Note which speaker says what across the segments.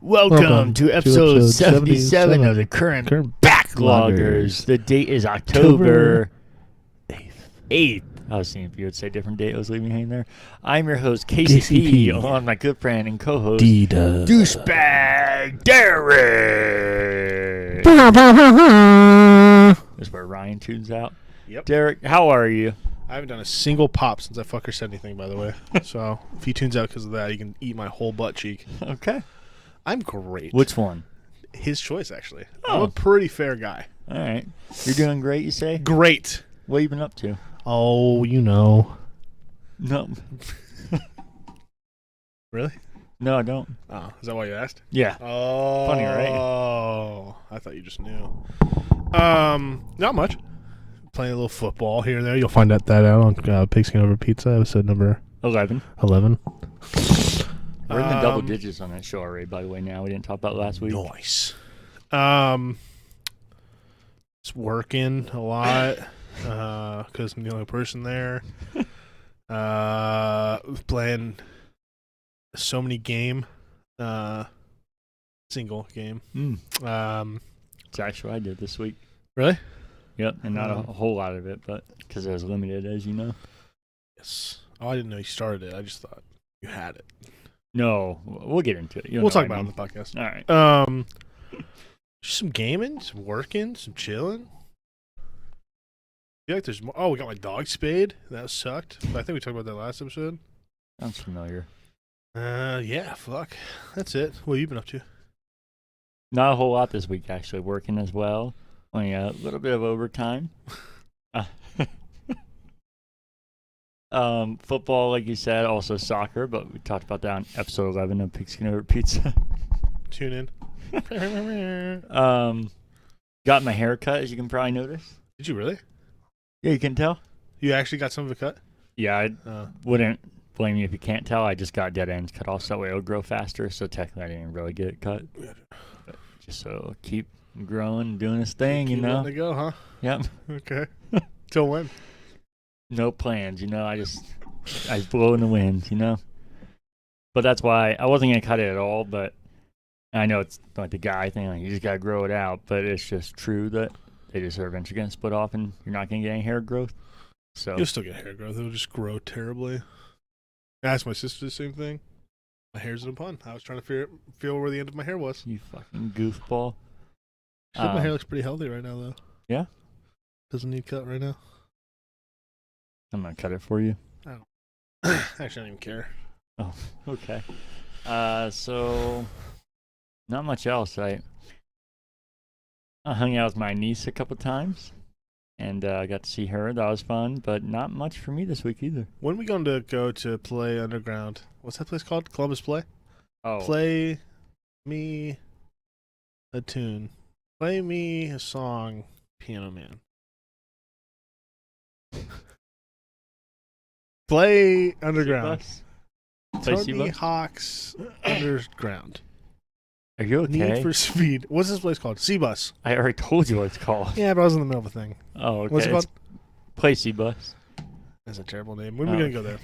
Speaker 1: Welcome,
Speaker 2: Welcome
Speaker 1: to
Speaker 2: to
Speaker 1: episode,
Speaker 2: episode
Speaker 1: 77,
Speaker 2: 77
Speaker 1: of the current,
Speaker 2: Current
Speaker 1: Backloggers.
Speaker 2: Backloggers.
Speaker 1: The date is October
Speaker 2: October
Speaker 1: 8th. I was seeing if you would say different date. I was leaving hanging there. I'm your host, KCP,
Speaker 2: KCP.
Speaker 1: along with my good friend and co host,
Speaker 2: D-Dub.
Speaker 1: Douchebag Derek. That's where Ryan tunes out.
Speaker 3: Yep.
Speaker 1: Derek, how are you?
Speaker 3: I haven't done a single pop since that fucker said anything, by the way. so if he tunes out because of that, he can eat my whole butt cheek.
Speaker 1: Okay.
Speaker 3: I'm great.
Speaker 1: Which one?
Speaker 3: his choice, actually?
Speaker 1: Oh.
Speaker 3: I'm a pretty fair guy.
Speaker 1: All right. You're doing great, you say?
Speaker 3: Great.
Speaker 1: What you been up to?
Speaker 2: Oh, you know.
Speaker 1: No.
Speaker 3: Really?
Speaker 1: No, I don't.
Speaker 3: Oh, is that why you asked?
Speaker 1: Yeah.
Speaker 3: Oh,
Speaker 1: Funny, right?
Speaker 3: Oh, I thought you just knew. Um, not much. Playing a little football here and there. You'll find out that out on uh, Pigskin Over Pizza, episode number
Speaker 1: 11.
Speaker 2: 11.
Speaker 1: We're in the double
Speaker 3: Um,
Speaker 1: digits on that show already, by the way. Now we didn't talk about last week.
Speaker 3: Nice. Um, it's working a lot because I'm the only person there. Uh, playing so many game, uh, single game.
Speaker 1: Mm.
Speaker 3: Um,
Speaker 1: It's actually what I did this week.
Speaker 3: really?
Speaker 1: Yep, and not a,
Speaker 3: Mm.
Speaker 1: a whole lot of it, but because it was limited, as you know.
Speaker 3: Yes. Oh, I didn't know you started it. I just thought you had it.
Speaker 1: No, w- we'll get into it. You know
Speaker 3: we'll talk
Speaker 1: what I
Speaker 3: about
Speaker 1: mean.
Speaker 3: it on the podcast.
Speaker 1: All right.
Speaker 3: Um, just some gaming, some working, some chilling. I feel like there's more. Oh, we got my dog spayed. That sucked. I think we talked about that last episode.
Speaker 1: Sounds familiar.
Speaker 3: Uh, yeah, fuck. That's it. What have you been up to?
Speaker 1: Not a whole lot this week, actually. Working as well. Only a little bit of overtime. Uh, um, football, like you said, also soccer, but we talked about that on episode 11 of Pigskin Over Pizza.
Speaker 3: Tune in. Did
Speaker 1: um, got my hair cut, as you can probably notice.
Speaker 3: you really?
Speaker 1: Yeah, you can tell.
Speaker 3: You actually got some of it cut?
Speaker 1: Yeah, I
Speaker 3: Uh,
Speaker 1: wouldn't blame you if you can't tell. I just got dead ends cut off so that way it'll grow faster. So technically, I didn't really get it cut. But Just so it'll keep growing, doing its thing, you
Speaker 3: keep letting
Speaker 1: know.
Speaker 3: it go, huh?
Speaker 1: Yep.
Speaker 3: Okay. Till when?
Speaker 1: No plans, you know. I just I was blowing the wind, you know. But that's why I wasn't gonna cut it at all. But I know it's like the guy thing, like you just gotta grow it out. But it's just true that they just are eventually gonna split off, and you're not gonna get any hair growth. So
Speaker 3: You'll still get hair growth. It'll just grow terribly. I asked my sister the same thing. My hair's in a bun. I was trying to figure, feel where the end of my hair was.
Speaker 1: you fucking goofball.
Speaker 3: Shit, my
Speaker 1: Um,
Speaker 3: hair looks pretty healthy right now, though.
Speaker 1: Yeah?
Speaker 3: Doesn't need cut right now.
Speaker 1: I'm gonna cut it for you.
Speaker 3: Actually, I don't even care.
Speaker 1: Oh, okay. Uh, so not much else. I I hung out with my niece a couple times, and uh, I got to see her. That was fun, but not much for me this week either.
Speaker 3: When we going to go to play underground? What's that place called? Columbus Play?
Speaker 1: Oh,
Speaker 3: Play me a tune. Play me a song, Piano Man. Play underground.
Speaker 1: Seabucks? Play
Speaker 3: Tony
Speaker 1: Seabucks?
Speaker 3: Hawk's underground.
Speaker 1: Are you okay?
Speaker 3: Need for Speed. What's this place called? Sea Bus.
Speaker 1: I already told you what it's called.
Speaker 3: Yeah, but I was in the middle of a thing.
Speaker 1: Oh, okay.
Speaker 3: What's it
Speaker 1: it's
Speaker 3: called?
Speaker 1: Play Seabus.
Speaker 3: That's a terrible name. When are
Speaker 1: Oh.
Speaker 3: we gonna go there?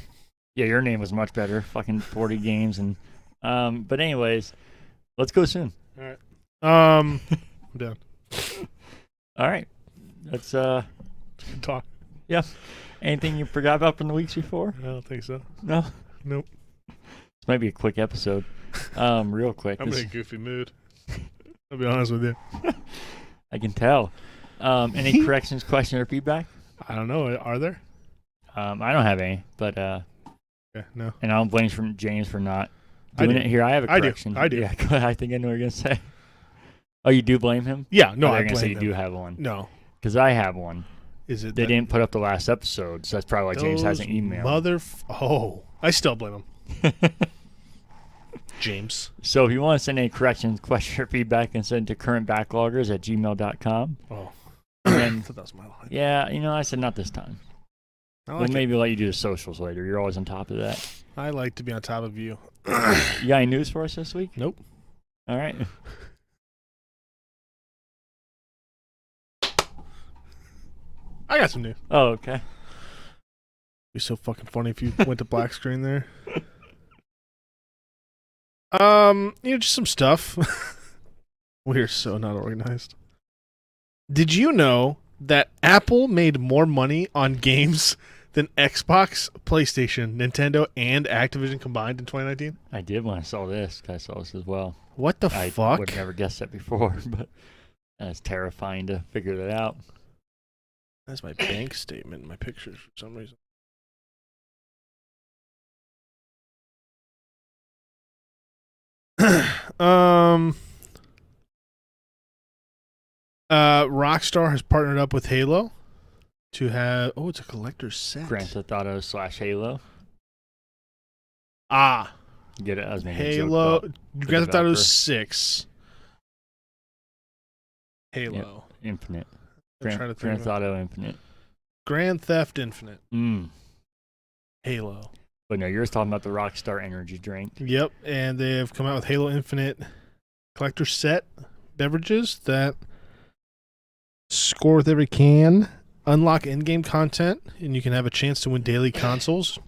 Speaker 1: Yeah, your name was much better. Fucking forty games and um. But anyways, let's go soon.
Speaker 3: Um, I'm down.
Speaker 1: All right. That's uh.
Speaker 3: Good talk.
Speaker 1: Anything you forgot about from the weeks before?
Speaker 3: I don't think so.
Speaker 1: No.
Speaker 3: Nope.
Speaker 1: This might be a quick episode. Um, real quick.
Speaker 3: I'm
Speaker 1: This-
Speaker 3: in a goofy mood. I'll be honest with you.
Speaker 1: I can tell. Um, any corrections, question, or feedback?
Speaker 3: I don't know. Are there?
Speaker 1: Um, I don't have any, but uh,
Speaker 3: Yeah, no.
Speaker 1: and I don't blame from James for not
Speaker 3: I
Speaker 1: doing
Speaker 3: do.
Speaker 1: it here. I have a
Speaker 3: I do.
Speaker 1: correction.
Speaker 3: I do.
Speaker 1: Yeah, go ahead. I think I know what you're gonna say. Oh, you do blame him?
Speaker 3: Yeah, no.
Speaker 1: Oh, they're
Speaker 3: I
Speaker 1: gonna say
Speaker 3: blame
Speaker 1: you
Speaker 3: them.
Speaker 1: do have one
Speaker 3: No.
Speaker 1: because I have one.
Speaker 3: Is it
Speaker 1: They
Speaker 3: that
Speaker 1: didn't put up the last episode, so that's probably why James
Speaker 3: those
Speaker 1: hasn't emailed.
Speaker 3: Mother. oh, I still blame him. James.
Speaker 1: so if you want to send any corrections, question, or feedback, then send it to currentbackloggers at gmail.com.
Speaker 3: Oh.
Speaker 1: And then-
Speaker 3: I thought that was my line.
Speaker 1: Yeah, you know, I said not this time.
Speaker 3: I
Speaker 1: we'll
Speaker 3: like, it.
Speaker 1: maybe let you do the socials later. You're always on top of that.
Speaker 3: I like to be on top of you.
Speaker 1: You got any news for us this week?
Speaker 3: Nope.
Speaker 1: All right.
Speaker 3: I got some news.
Speaker 1: Oh, okay.
Speaker 3: It'd be so fucking funny if you went to black screen there. Um, you know, just some stuff. We're so not organized. Did you know that Apple made more money on games than Xbox, PlayStation, Nintendo, and Activision combined in 2019?
Speaker 1: I did when I saw this. 'cause I saw this as well.
Speaker 3: What the
Speaker 1: I
Speaker 3: fuck?
Speaker 1: would have never guessed that before, but that's terrifying to figure that out.
Speaker 3: That's my bank statement in my pictures for some reason. um uh Rockstar has partnered up with Halo to have Oh, it's a collector's set.
Speaker 1: Grand Theft Auto slash Halo.
Speaker 3: Ah,
Speaker 1: Get it? I was making a joke
Speaker 3: Halo
Speaker 1: about
Speaker 3: Grand Theft Auto
Speaker 1: developer.
Speaker 3: 6. Halo.
Speaker 1: Infinite.
Speaker 3: I'm
Speaker 1: Grand,
Speaker 3: trying to think
Speaker 1: Grand
Speaker 3: of-
Speaker 1: Theft Auto Infinite.
Speaker 3: Grand Theft Infinite.
Speaker 1: Mm.
Speaker 3: Halo.
Speaker 1: But no, you're just talking about the Rockstar Energy drink.
Speaker 3: Yep, and they have come out with Halo Infinite collector set beverages that
Speaker 2: Score with every can.
Speaker 3: unlock in-game content, and you can have a chance to win daily consoles,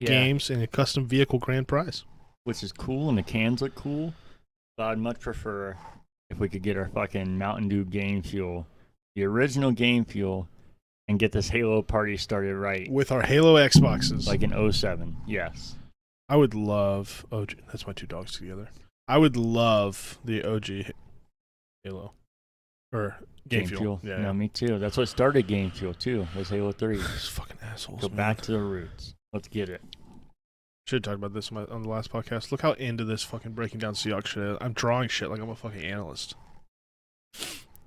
Speaker 3: games, and a custom vehicle grand prize.
Speaker 1: Which is cool, and the cans look cool. But I'd much prefer if we could get our fucking Mountain Dew game fuel, the original game fuel, and get this Halo party started right.
Speaker 3: With our Halo Xboxes,
Speaker 1: Like in 07. Yes.
Speaker 3: I would love. OG. That's my two dogs together. I would love the OG Halo or Game, Fuel. Yeah,
Speaker 1: no, me too. That's what started Game Fuel too. Was Halo Three.
Speaker 3: These fucking assholes.
Speaker 1: Go
Speaker 3: man.
Speaker 1: back to the roots. Let's get it.
Speaker 3: Should have talked about this on, my, on the last podcast. Look how into this fucking breaking down Seahawks shit. is. I'm drawing shit like I'm a fucking analyst.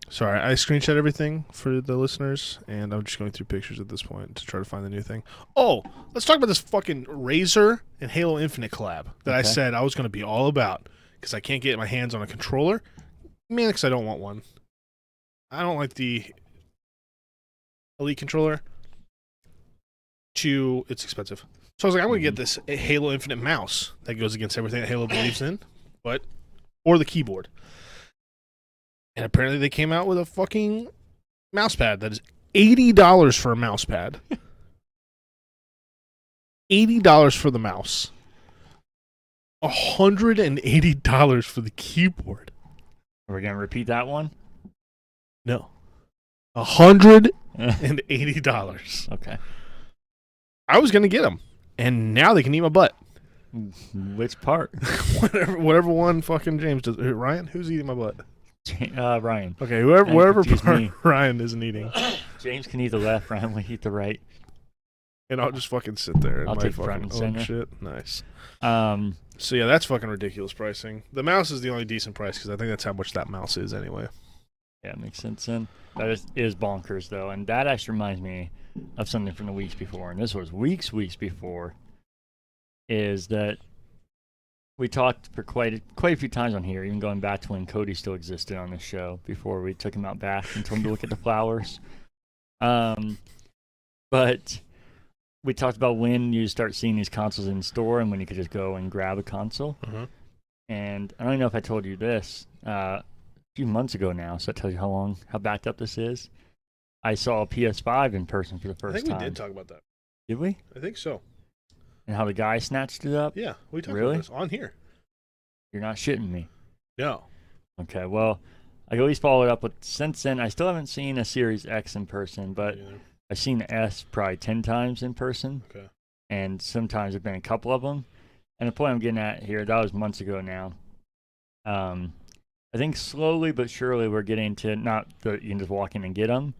Speaker 3: Sorry, I screenshot everything for the listeners, and I'm just going through pictures at this point to try to find the new thing. Oh, let's talk about this fucking Razor and Halo Infinite collab that I
Speaker 1: Okay.
Speaker 3: said I was going to be all about because I can't get my hands on a controller. Man, because I don't want one. I don't like the Elite controller. Too, it's expensive. So I was like, I'm gonna get this Halo Infinite mouse that goes against everything that Halo believes in, but or the keyboard. And apparently they came out with a fucking mouse pad that is eighty dollars for a mouse pad. eighty dollars for the mouse. hundred and eighty dollars for the keyboard.
Speaker 1: Are we gonna repeat that one?
Speaker 3: No. hundred and eighty dollars.
Speaker 1: okay.
Speaker 3: I was gonna get them, and now they can eat my butt.
Speaker 1: Which part?
Speaker 3: whatever, whatever one fucking James does. uh, Ryan, who's eating my butt?
Speaker 1: Uh, Ryan.
Speaker 3: Okay, whoever,
Speaker 1: Don't
Speaker 3: wherever
Speaker 1: confuse
Speaker 3: part
Speaker 1: me.
Speaker 3: Ryan isn't eating,
Speaker 1: James can eat the left. Ryan will eat the right.
Speaker 3: and I'll just fucking sit there and
Speaker 1: I'll
Speaker 3: my
Speaker 1: take
Speaker 3: fucking
Speaker 1: front and
Speaker 3: own
Speaker 1: center.
Speaker 3: shit. Nice.
Speaker 1: Um,
Speaker 3: So yeah, that's fucking ridiculous pricing. The mouse is the only decent price because I think that's how much that mouse is anyway.
Speaker 1: yeah, makes sense. Then that is, is bonkers though, and that actually reminds me of something from the weeks before, and this was weeks, weeks before. Is that we talked for quite a, quite a few times on here, even going back to when Cody still existed on this show before we took him out back and told him to look at the flowers. Um, but we talked about when you start seeing these consoles in store and when you could just go and grab a console.
Speaker 3: Mhm.
Speaker 1: And I don't even know if I told you this uh, a few months ago now, so that tells you how long how backed up this is. I saw a PS5 in person for the
Speaker 3: I
Speaker 1: first
Speaker 3: think we
Speaker 1: time.
Speaker 3: did talk about that.
Speaker 1: Did we?
Speaker 3: I think so.
Speaker 1: And how the guy snatched it up?
Speaker 3: Yeah, we talked
Speaker 1: Really?
Speaker 3: about this on here.
Speaker 1: You're not shitting me.
Speaker 3: No,
Speaker 1: Okay, well, I can at least follow it up with since then. I still haven't seen a Series X in person, but
Speaker 3: Neither.
Speaker 1: I've seen the S probably 10 times in person.
Speaker 3: Okay.
Speaker 1: And sometimes there've been a couple of them. And the point I'm getting at here, that was months ago now. Um, I think slowly but surely we're getting to not that you can just walk in and get them.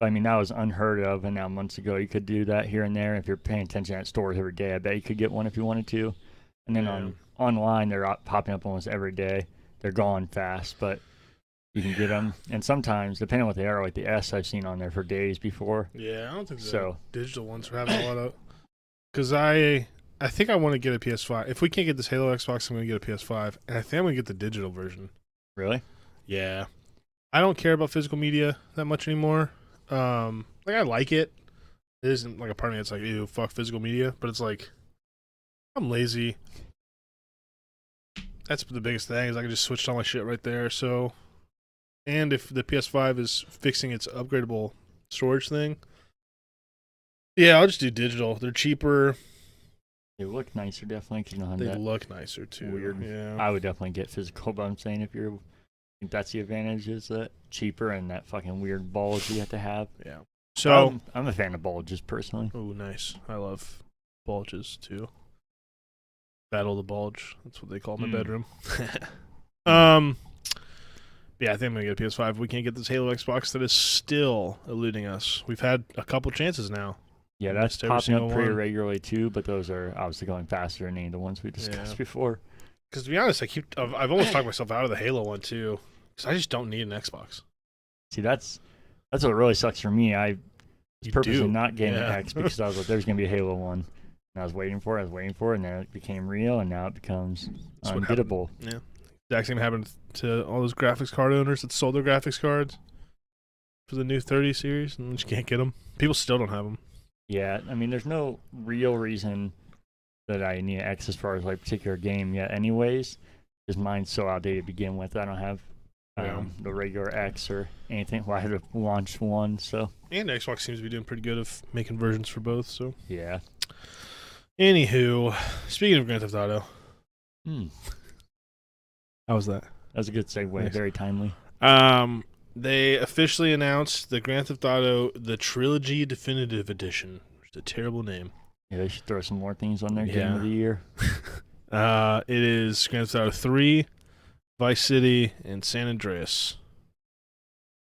Speaker 1: But I mean, that was unheard of. And now months ago, you could do that here and there. If you're paying attention at stores every day, I bet you could get one if you wanted to. And then
Speaker 3: Yeah.
Speaker 1: on online, they're out- popping up almost every day. They're gone fast, but you can get them. And sometimes, depending on what they are, like the S I've seen on there for days before.
Speaker 3: yeah, I don't think so.
Speaker 1: So
Speaker 3: digital ones are having a lot of because i i think i want to get a ps5 if we can't get this halo xbox i'm gonna get a ps5 and i think i'm gonna get the digital version
Speaker 1: really,
Speaker 3: yeah i don't care about physical media that much anymore um like i like it it isn't like a part of me that's like ew fuck physical media but it's like i'm lazy that's the biggest thing is i can just switch all my shit right there so and if the ps5 is fixing its upgradable storage thing yeah, I'll just do digital. They're cheaper.
Speaker 1: They look nicer, definitely. 'cause you know,
Speaker 3: They
Speaker 1: that-
Speaker 3: look nicer too.
Speaker 1: Weird.
Speaker 3: Yeah.
Speaker 1: I would definitely get physical, but I'm saying if you're, if that's the advantage, is that cheaper and that fucking weird bulge you have to have.
Speaker 3: yeah.
Speaker 1: So
Speaker 3: So.
Speaker 1: I'm, I'm a fan of bulges personally.
Speaker 3: oh, nice. I love bulges too. Battle the bulge. That's what they call my
Speaker 1: Hmm.
Speaker 3: bedroom. um. Yeah, I think I'm gonna get a PS5. We can't get this Halo Xbox that is still eluding us. We've had a couple chances now.
Speaker 1: Yeah,
Speaker 3: I
Speaker 1: that's
Speaker 3: missed every
Speaker 1: popping up
Speaker 3: single
Speaker 1: pretty
Speaker 3: one.
Speaker 1: regularly too, but those are obviously going faster than any of the ones we discussed
Speaker 3: Yeah.
Speaker 1: before.
Speaker 3: Because to be honest, I keep I've, I've almost talked myself out of the Halo one too. Because I just don't need an Xbox.
Speaker 1: See, that's that's what really sucks for me. I
Speaker 3: You
Speaker 1: purposely
Speaker 3: do.
Speaker 1: not getting
Speaker 3: Yeah.
Speaker 1: an X because I was like, there's gonna be a Halo one. And I was waiting for it, I was waiting for it, and then it became real, and now it becomes
Speaker 3: That's what happened.
Speaker 1: ungettable.
Speaker 3: Exact same happened to all those graphics card owners that sold their graphics cards for the new 30 series and just can't get them. People still don't have them.
Speaker 1: Yeah, I mean, there's no real reason that I need X as far as like particular game yet. Anyways, because mine's so outdated to begin with. I don't have um,
Speaker 3: Yeah.
Speaker 1: the regular X or anything. Well, I had to launch one, so
Speaker 3: And Xbox seems to be doing pretty good of making versions for both. So,
Speaker 1: yeah.
Speaker 3: anywho, speaking of Grand Theft Auto,
Speaker 1: Hmm.
Speaker 3: how was that?
Speaker 1: That was a good segue.
Speaker 3: Nice.
Speaker 1: Very timely.
Speaker 3: Um, they officially announced the Grand Theft Auto the Trilogy Definitive Edition, which is a terrible name.
Speaker 1: Yeah, they should throw some more things on there. Game
Speaker 3: Yeah.
Speaker 1: of the year.
Speaker 3: Uh, it is Grand Theft Auto 3, Vice City, and San Andreas. Is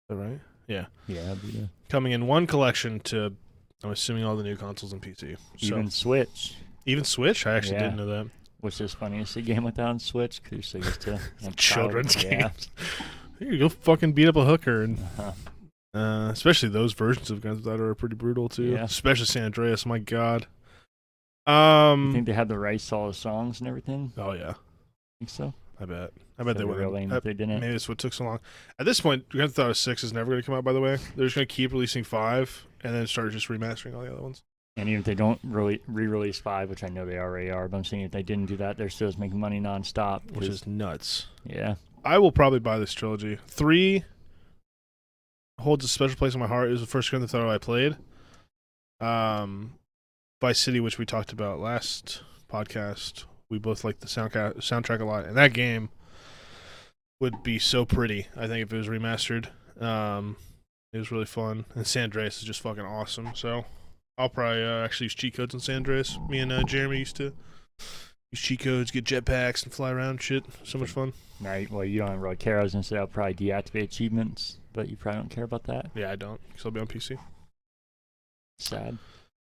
Speaker 3: that right?
Speaker 1: Yeah, that'd be the-
Speaker 3: coming in one collection to I'm assuming all the new consoles and PC. So even,
Speaker 1: even Switch,
Speaker 3: Switch, I actually
Speaker 1: Yeah.
Speaker 3: didn't know that.
Speaker 1: which is funny to see game without on Switch because so used to and
Speaker 3: Children's
Speaker 1: child- yeah.
Speaker 3: games. Here you go fucking beat up a hooker and
Speaker 1: Uh-huh.
Speaker 3: uh, especially those versions of Grand Theft Auto are pretty brutal too.
Speaker 1: Yeah.
Speaker 3: Especially San Andreas, my god.
Speaker 1: You think
Speaker 3: Um
Speaker 1: they had the rights to all the songs and everything?
Speaker 3: Oh yeah,
Speaker 1: think so.
Speaker 3: I bet. I bet they
Speaker 1: That'd be
Speaker 3: would.
Speaker 1: real lame if
Speaker 3: Maybe
Speaker 1: they didn't.
Speaker 3: that's what took so long. At this point, Grand Theft Auto Six is never going to come out. By the way, they're just going to keep releasing five, and then start just remastering all the other ones.
Speaker 1: And even if they don't really re-release five, which I know they already are, but I'm saying if they didn't do that, they're still just making money nonstop.
Speaker 3: Which
Speaker 1: 'cause-
Speaker 3: is nuts.
Speaker 1: yeah,
Speaker 3: I will probably buy this trilogy. Three holds a special place in my heart. It was the first Grand Theft Auto I played. Um, Vice City, which we talked about last podcast, we both liked the soundca- soundtrack a lot, and that game would be so pretty. I think if it was remastered, um, it was really fun. And San Andreas is just fucking awesome. So I'll probably uh, actually use cheat codes in San Andreas. Me and uh, Jeremy used to use cheat codes, get jetpacks, and fly around. and Shit, so much fun.
Speaker 1: now you, well you don't really care. I was gonna say I'll probably deactivate achievements, but you probably don't care about that.
Speaker 3: Yeah, I don't because I'll be on PC.
Speaker 1: Sad.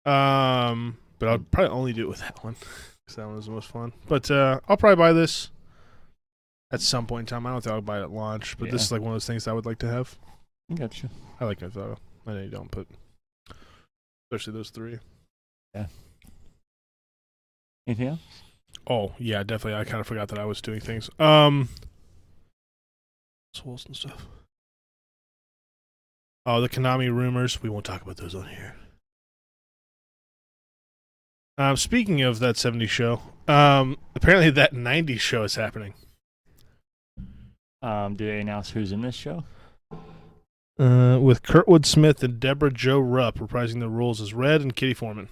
Speaker 3: Um, but I'll probably only do it with that one because that one was the most fun. But uh, I'll probably buy this at some point in time. I don't think I'll buy it at launch, but this
Speaker 1: Yeah.
Speaker 3: is like one of those things I would like to have.
Speaker 1: Gotcha.
Speaker 3: I like Grand Theft Auto. I know you don't, but especially those three.
Speaker 1: Anything else?
Speaker 3: Oh yeah, definitely. I kind of forgot that I was doing things. Um, Souls and stuff. Oh, the Konami rumors. We won't talk about those on here. Um, speaking of that 70 show, um, apparently that 90 show is happening.
Speaker 1: Um, do they announce who's in this show?
Speaker 3: Uh, with Kurtwood Smith and Deborah Joe Rupp reprising their roles as Red and Kitty Foreman.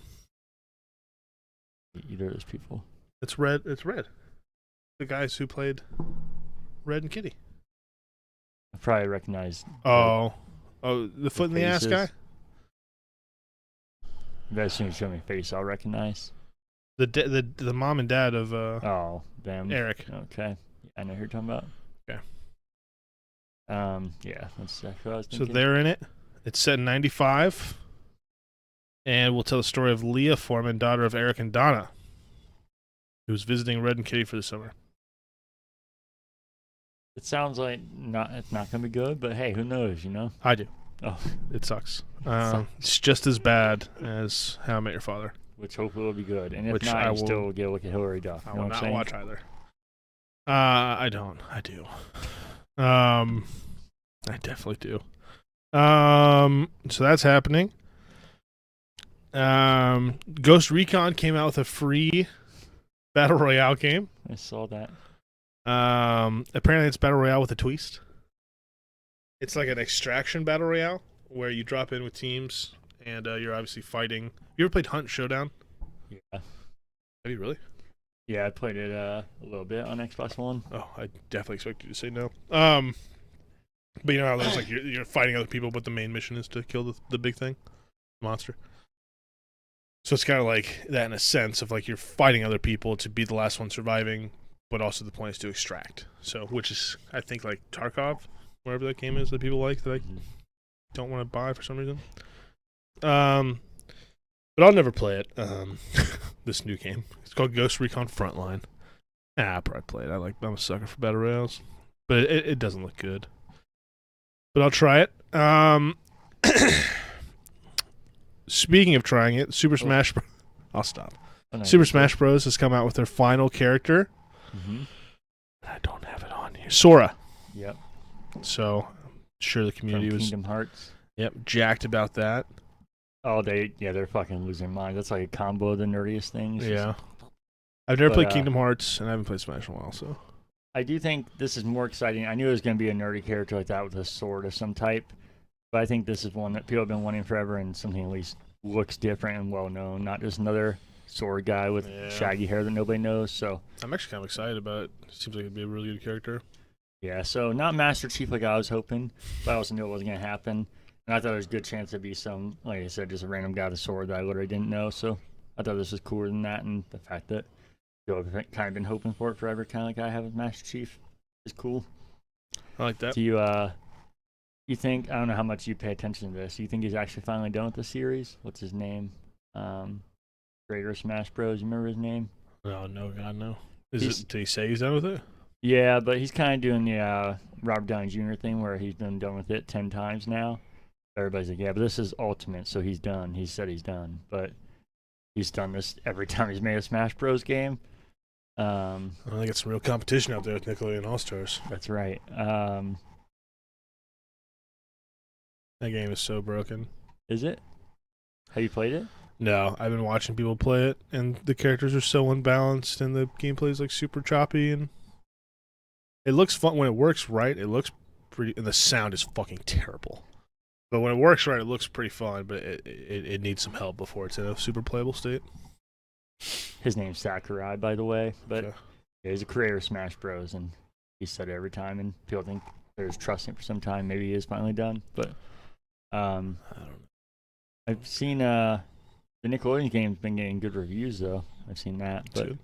Speaker 1: E-, Either of those people.
Speaker 3: It's Red. It's Red. The guys who played Red and Kitty.
Speaker 1: I probably recognize.
Speaker 3: Oh, oh, the foot in the ass guy.
Speaker 1: faces. But as soon as you show me face, I'll recognize.
Speaker 3: the da- the the mom and dad of uh,
Speaker 1: Oh, them.
Speaker 3: Eric.
Speaker 1: Okay, I know who you're talking about.
Speaker 3: Okay.
Speaker 1: Um. Yeah, that's exactly what I was
Speaker 3: So
Speaker 1: thinking.
Speaker 3: they're in it. It's set in '95, and we'll tell the story of Leah Foreman, daughter of Eric and Donna, who's visiting Red and Kitty for the summer.
Speaker 1: It sounds like not. It's not gonna be good, but hey, who knows? You know.
Speaker 3: I do.
Speaker 1: Oh.
Speaker 3: It sucks. Um, it's just as bad as How I Met Your Father.
Speaker 1: which hopefully will be good. And if
Speaker 3: Which
Speaker 1: not,
Speaker 3: I
Speaker 1: you
Speaker 3: will-
Speaker 1: still get a look at Hillary Duff.
Speaker 3: I
Speaker 1: you know
Speaker 3: will
Speaker 1: what I'm
Speaker 3: not
Speaker 1: saying?
Speaker 3: watch either. Uh, I don't. I do. Um, I definitely do. Um, so that's happening. Um, Ghost Recon came out with a free battle royale game.
Speaker 1: I saw that.
Speaker 3: Um, apparently it's battle royale with a twist. It's like an extraction battle royale where you drop in with teams and uh, you're obviously fighting. You ever played Hunt Showdown?
Speaker 1: Yeah.
Speaker 3: Have you really?
Speaker 1: Yeah, I played it uh, a little bit on Xbox One.
Speaker 3: Oh, I definitely expect you to say no. Um, but you know how there's like you're, you're fighting other people, but the main mission is to kill the, the big thing, monster. So it's kind of like that in a sense of like you're fighting other people to be the last one surviving, but also the plan is to extract. So which is I think like Tarkov, wherever that game is that people like that I
Speaker 1: Mm-hmm.
Speaker 3: don't want to buy for some reason. Um, but I'll never play it. Um, this new game. It's called Ghost Recon Frontline. Ah, I'll probably play it. I like. I'm a sucker for battle royals, but it, it doesn't look good. But I'll try it. Um, speaking of trying it, Super Smash. Bros. I'll stop.
Speaker 1: Oh, no,
Speaker 3: Super Smash Bros. has come out with their final character.
Speaker 1: Mhm.
Speaker 3: I don't have it on here. Sora.
Speaker 1: Yep.
Speaker 3: So, I'm sure the
Speaker 1: From
Speaker 3: community was
Speaker 1: Kingdom Hearts.
Speaker 3: yep jacked about that.
Speaker 1: Oh, they yeah, they're fucking losing their mind. That's like a combo of the nerdiest things.
Speaker 3: Yeah. I've never
Speaker 1: But,
Speaker 3: played
Speaker 1: uh,
Speaker 3: Kingdom Hearts, and I haven't played Smash in a while. So
Speaker 1: I do think this is more exciting. I knew it was going to be a nerdy character like that with a sword of some type, but I think this is one that people have been wanting forever and something at least looks different and well known, not just another sword guy with
Speaker 3: Yeah.
Speaker 1: shaggy hair that nobody knows. So
Speaker 3: I'm actually kind of excited about it. Seems like it'd be a really good character.
Speaker 1: yeah, so not Master Chief like I was hoping, but I also knew it wasn't going to happen. And I thought there was a good chance it'd be some, like I said, just a random guy with a sword that I literally didn't know. So I thought this was cooler than that, and the fact that people have kind of been hoping for it forever, kind of like I have with Master Chief, is cool.
Speaker 3: I like that.
Speaker 1: Do you uh you think I don't know how much you pay attention to this. Do you think he's actually finally done with the series? What's his name? Um Creator of Smash Bros. You remember his name?
Speaker 3: No, no, God, no. Is
Speaker 1: He's-
Speaker 3: it? Did he say he's done with it?
Speaker 1: Yeah, but he's kind of doing the uh, Robert Downey Jr. thing where he's been done with it ten times now. Everybody's like, yeah, but this is ultimate, so he's done. He said he's done, but he's done this every time he's made a Smash Bros. game. Um,
Speaker 3: I think it's some real competition out there with Nickelodeon All Stars.
Speaker 1: that's right. Um,
Speaker 3: That game is so broken.
Speaker 1: is it? Have you played it?
Speaker 3: No, I've been watching people play it, and the characters are so unbalanced, and the gameplay is like super choppy, and it looks fun when it works right. It looks pretty, and the sound is fucking terrible. But when it works right, it looks pretty fun. But it it, it needs some help before it's in a super playable state.
Speaker 1: His name's Sakurai, by the way, but
Speaker 3: Okay.
Speaker 1: Yeah, he's a creator of Smash Bros. and he said it every time, and people think there's trusting for some time. Maybe he is finally done, but um,
Speaker 3: I don't know.
Speaker 1: I've seen uh, the Nickelodeon game's been getting good reviews though. I've seen that,
Speaker 3: It's
Speaker 1: but
Speaker 3: good.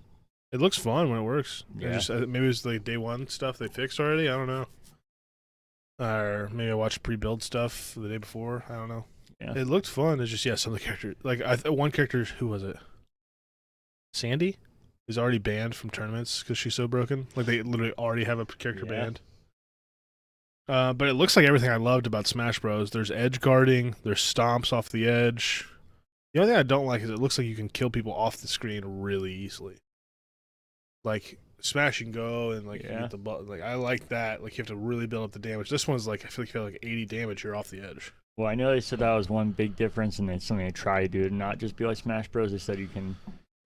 Speaker 3: It looks fun when it works. It
Speaker 1: Yeah.
Speaker 3: just- uh, maybe it's like day one stuff they fixed already. I don't know. Or maybe I watched pre-build stuff the day before. I don't know.
Speaker 1: Yeah.
Speaker 3: It looked fun. It's just yeah, some of the characters like I th- one character who was it? Sandy is already banned from tournaments because she's so broken. Like they literally already have a character
Speaker 1: Yeah.
Speaker 3: banned. Uh, but it looks like everything I loved about Smash Bros. There's edge guarding. There's stomps off the edge. The only thing I don't like is it looks like you can kill people off the screen really easily. Like smash and go and like you
Speaker 1: Yeah.
Speaker 3: get the button. Like I like that. Like you have to really build up the damage. This one's like I feel like you have like 80 damage. You're off the edge.
Speaker 1: well, I know they said that was one big difference, and it's something they try to do to not just be like Smash Bros. They said you can,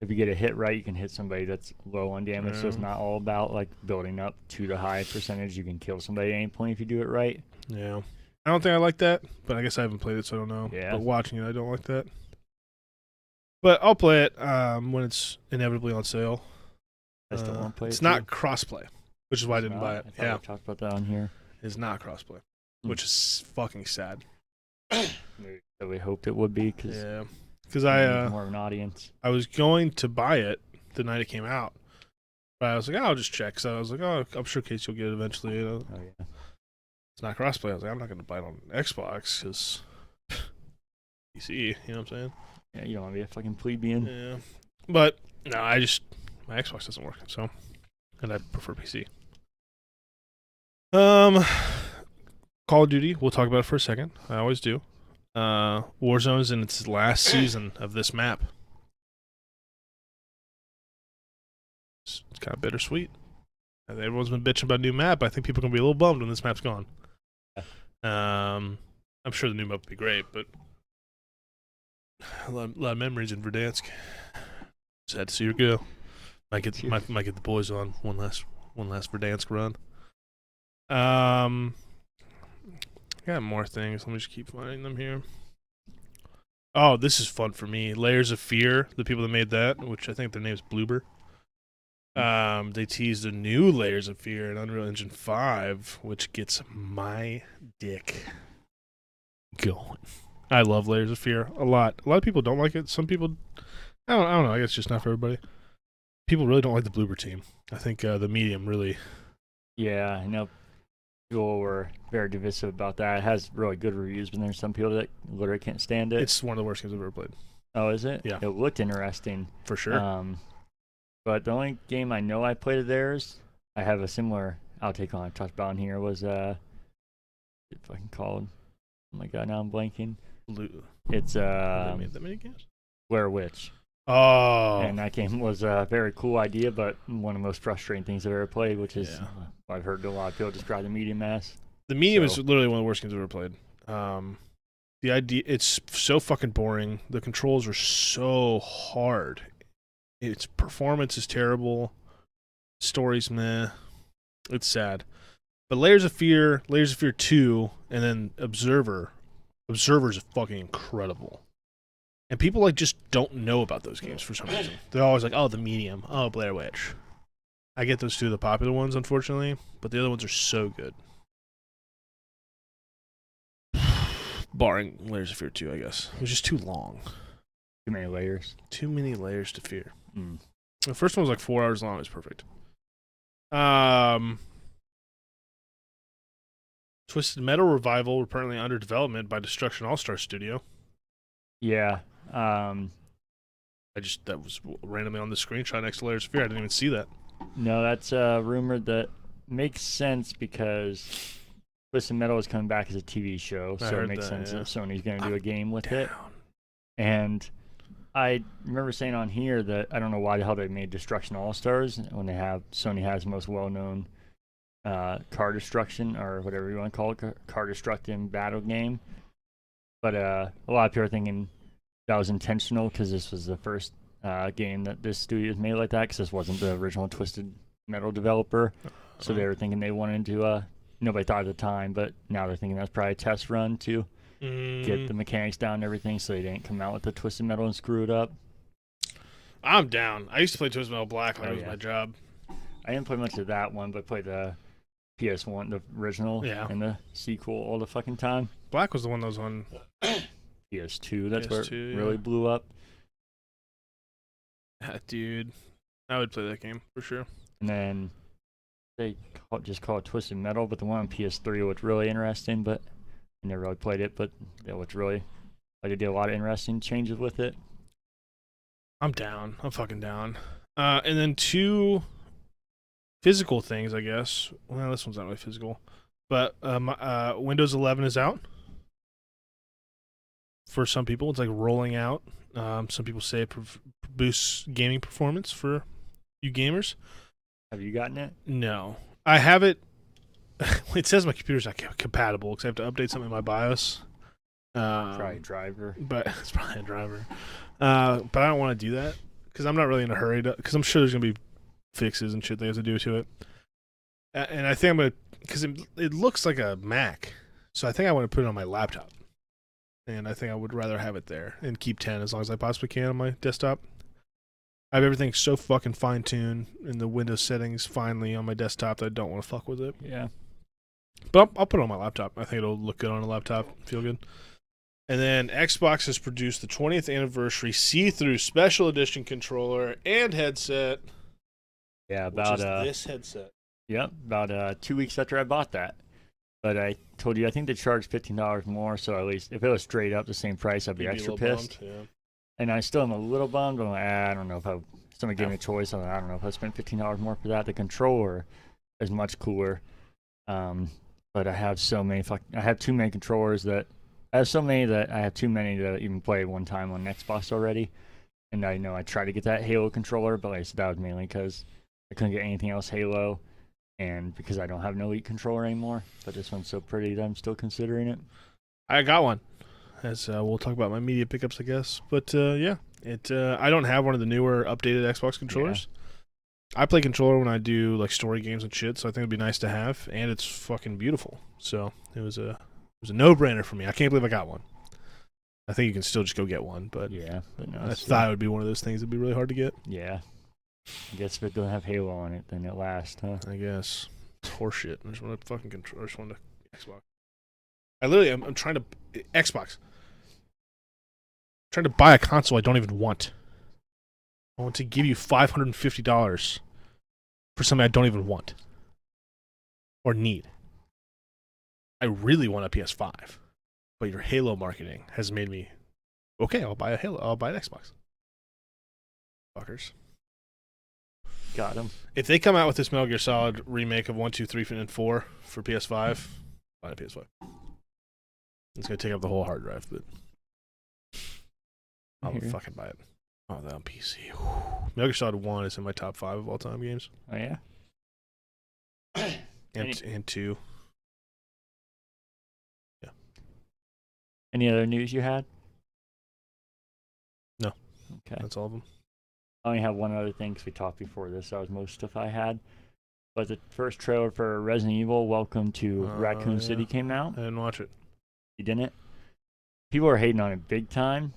Speaker 1: if you get a hit right, you can hit somebody that's low on damage, so it's
Speaker 3: Yeah.
Speaker 1: not all about like building up to the high percentage. You can kill somebody at any point if you do it right.
Speaker 3: Yeah. I don't think I like that, but I guess I haven't played it, so I don't know.
Speaker 1: Yeah.
Speaker 3: But watching it, I don't like that. But I'll play it um, when it's inevitably on sale.
Speaker 1: I still
Speaker 3: Uh,
Speaker 1: want to play.
Speaker 3: It's
Speaker 1: it,
Speaker 3: not
Speaker 1: too.
Speaker 3: crossplay, which is why I didn't
Speaker 1: Well,
Speaker 3: buy it.
Speaker 1: I thought we
Speaker 3: Yeah,
Speaker 1: talked about that on here.
Speaker 3: it's not crossplay,
Speaker 1: Hmm.
Speaker 3: which is fucking sad.
Speaker 1: that we hoped it would be because
Speaker 3: Yeah. Because I uh,
Speaker 1: more of an audience.
Speaker 3: I was going to buy it the night it came out, but I was like, "Oh, I'll just check. So I was like, oh, I'm sure Casey will get it eventually. You know,
Speaker 1: Oh yeah,
Speaker 3: it's not crossplay. I was like, I'm not going to buy it on Xbox because PC. You know what I'm saying?
Speaker 1: yeah. You don't want to be a fucking plebeian.
Speaker 3: Yeah. But no, I just my Xbox doesn't work, so and I prefer PC. Um Call of Duty, we'll talk about it for a second. I always do. Uh Warzone's in its last season of this map. It's kind of bittersweet. And Everyone's been bitching about a new map. I think people are gonna be a little bummed when this map's gone. Um I'm sure the new map will be great, but a lot, a lot of memories in Verdansk. Sad to see her go. Might get
Speaker 1: Phew.
Speaker 3: might, might get the boys on one last one last Verdansk run. Um, I got more things. Let me just keep finding them here. Oh, this is fun for me. Layers of Fear, the people that made that, which I think their name's Bloober. Um, they teased the new Layers of Fear in Unreal Engine 5, which gets my dick.
Speaker 4: Go.
Speaker 3: I love Layers of Fear a lot. A lot of people don't like it. Some people, I don't, I don't know. I guess it's just not for everybody. People really don't like the Bloober team. I think uh, the medium really.
Speaker 1: Yeah, I know people were very divisive about that. It has really good reviews, but there's some people that literally can't stand it.
Speaker 3: It's one of the worst games I've ever played,
Speaker 1: oh, is it?
Speaker 3: yeah.
Speaker 1: It looked interesting.
Speaker 3: for sure.
Speaker 1: Um, but the only game I know I played of theirs, I have a similar outtake on. I talked about on here was uh, what's it fucking called. Oh my god, now I'm blanking.
Speaker 3: Blue.
Speaker 1: It's
Speaker 3: Have
Speaker 1: uh,
Speaker 3: they made that many games?
Speaker 1: Blair Witch,
Speaker 3: Oh,
Speaker 1: and that game was a very cool idea, but one of the most frustrating things I've ever played. Which is
Speaker 3: Yeah.
Speaker 1: uh, I've heard a lot of people describe the medium as.
Speaker 3: The medium is
Speaker 1: So-
Speaker 3: literally one of the worst games I've ever played. Um, the idea it's so fucking boring. The controls are so hard. Its performance is terrible. Stories meh. It's sad. But Layers of Fear, Layers of Fear 2, and then Observer. Observer is fucking incredible. And people like just don't know about those games for some reason. They're always like, "Oh, The Medium, oh Blair Witch." I get those two of the popular ones, unfortunately, but the other ones are so good. barring layers of fear too, I guess. It was just too long.
Speaker 1: Too many layers.
Speaker 3: Too many layers to fear.
Speaker 1: Mm.
Speaker 3: The first one was like four hours long. It was perfect. Um, Twisted Metal Revival were currently under development by Destruction All Star Studio.
Speaker 1: Yeah. Um,
Speaker 3: I just that was randomly on the screenshot next to Layers of Fear. I didn't even see that.
Speaker 1: No, that's a rumor that makes sense because Twisted Metal is coming back as a TV show,
Speaker 3: I
Speaker 1: so it
Speaker 3: heard
Speaker 1: makes
Speaker 3: that,
Speaker 1: sense
Speaker 3: yeah. Ah,
Speaker 1: that Sony's going to do
Speaker 3: I'm
Speaker 1: a game with it. And I remember saying on here that I don't know why the hell they made Destruction All Stars when they have Sony has the most well known uh, car destruction or whatever you want to call it, car, car destructing battle game. But uh, a lot of people are thinking that was intentional because this was the first uh, game that this studio made like that because this wasn't the original Twisted Metal developer. So they were thinking they wanted to. Uh, nobody thought at the time, but now they're thinking that's probably a test run to
Speaker 3: Mm, Mm-hmm.
Speaker 1: get the mechanics down and everything so they didn't come out with the twisted metal and screw it up.
Speaker 3: I'm down. I used to play Twisted Metal Black when
Speaker 1: Oh,
Speaker 3: it was
Speaker 1: yeah.
Speaker 3: my job.
Speaker 1: I didn't play much of that one, but played the PS1, the original,
Speaker 3: Yeah.
Speaker 1: and the sequel all the fucking time.
Speaker 3: Black was the one that was on.
Speaker 1: PS2, that's where it
Speaker 3: PS2,
Speaker 1: really
Speaker 3: yeah.
Speaker 1: blew up.
Speaker 3: Dude, I would play that game for sure.
Speaker 1: And then they call, just call it Twisted Metal, but the one on PS3 was really interesting, but I never really played it, but that was really, like, they did a lot of interesting changes with it.
Speaker 3: I'm down. I'm fucking down. Uh, and then two physical things, I guess. Well, this one's not really physical, but um, uh, Windows 11 is out. For some people, it's like rolling out. Um, some people say it prov- boosts gaming performance for you gamers.
Speaker 1: Have you gotten it?
Speaker 3: No, I have it. it says my computer's not co- compatible because I have to update something in my BIOS. Um,
Speaker 1: Try Driver.
Speaker 3: but it's probably a driver. Uh, but I don't want to do that because I'm not really in a hurry. Because I'm sure there's gonna be fixes and shit they have to do to it. A- And I think I'm gonna because it, it looks like a Mac, so I think I want to put it on my laptop. And I think I would rather have it there and keep 10 as long as I possibly can on my desktop. I have everything so fucking fine tuned in the Windows settings finally on my desktop that I don't want to fuck with it.
Speaker 1: Yeah.
Speaker 3: But I'll, I'll put it on my laptop. I think it'll look good on a laptop, feel good. And then Xbox has produced the 20th anniversary see-through special edition controller and headset.
Speaker 1: Yeah,
Speaker 3: which
Speaker 1: about
Speaker 3: is
Speaker 1: uh,
Speaker 3: this headset.
Speaker 1: Yep, about uh, two weeks after I bought that. But I told you, I think they charged fifteen dollars more. So at least if it was straight up the same price, I'd be
Speaker 3: You'd
Speaker 1: extra
Speaker 3: a little
Speaker 1: pissed.
Speaker 3: bummed,
Speaker 1: And I still am a little bummed. But I'm like, ah, I don't know if I. if Somebody gave me a choice. I'm like, I don't know if I spent fifteen dollars more for that. The controller is much cooler. Um, but I have so many. Fuck, I have too many controllers that I have so many that I have too many to even play one time on Xbox already. And I know I tried to get that Halo controller, but like I said, that was mainly because I couldn't get anything else Halo, and because I don't have an Elite controller anymore. But this one's so pretty that I'm still considering it.
Speaker 3: yeah. I got one. As uh, we'll talk about my media pickups, I guess. But uh, yeah, it. Uh, I don't have one of the newer updated Xbox controllers. I play controller when I do like story games and shit, so I think it'd be nice to have. And it's fucking beautiful. So it was a it was a no brainer for me. I can't believe I got one. I think you can still just go get one, but
Speaker 1: yeah, but no,
Speaker 3: I
Speaker 1: it's-
Speaker 3: thought it would be one of those things that'd be really hard to get.
Speaker 1: yeah. I guess if it doesn't have Halo on it, then it lasts, huh?
Speaker 3: I guess it's horseshit. I just want to fucking control. I just want to Xbox. I literally, I'm, I'm trying to Xbox. trying to buy a console I don't even want. I want to give you five hundred and fifty dollars for something I don't even want or need. I really want a PS5, but your Halo marketing has made me okay. I'll buy a Halo. I'll buy an Xbox. Fuckers
Speaker 1: Got him.
Speaker 3: if they come out with this Metal Gear Solid remake of one, two, three, and 4 for PS5, buy a PS5. It's going to take up the whole hard drive, but
Speaker 1: I
Speaker 3: I'm going
Speaker 1: hear
Speaker 3: to
Speaker 1: you.
Speaker 3: fucking buy it. Oh, that on PC. Whew. Metal Gear Solid 1 is in my top five of all time games,
Speaker 1: Oh yeah.
Speaker 3: and, and 2.
Speaker 1: Any other news you had?
Speaker 3: No.
Speaker 1: Okay.
Speaker 3: That's all of them.
Speaker 1: I only have one other thing because we talked before this. That was most stuff I had. But the first trailer for Resident Evil Welcome to
Speaker 3: Oh,
Speaker 1: Raccoon
Speaker 3: yeah.
Speaker 1: City came out.
Speaker 3: I didn't watch it.
Speaker 1: You didn't? People are hating on it big time.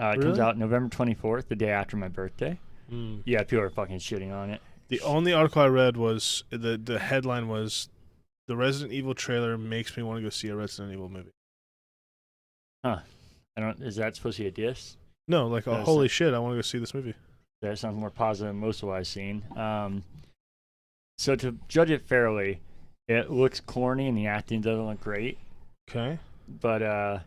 Speaker 1: Uh, it comes
Speaker 3: Really?
Speaker 1: out November 24th, the day after my birthday.
Speaker 3: Hmm.
Speaker 1: Yeah, people are fucking shitting on it.
Speaker 3: The only article I read was the, the headline was The Resident Evil trailer makes me want to go see a Resident Evil movie.
Speaker 1: I don't. Is that supposed to be a diss?
Speaker 3: No, like, oh,
Speaker 1: That's-
Speaker 3: holy shit, I want to go see this movie.
Speaker 1: That sounds more positive than most of what I've seen. Um, so to judge it fairly, it looks corny and the acting doesn't look great,
Speaker 3: Okay.
Speaker 1: but uh,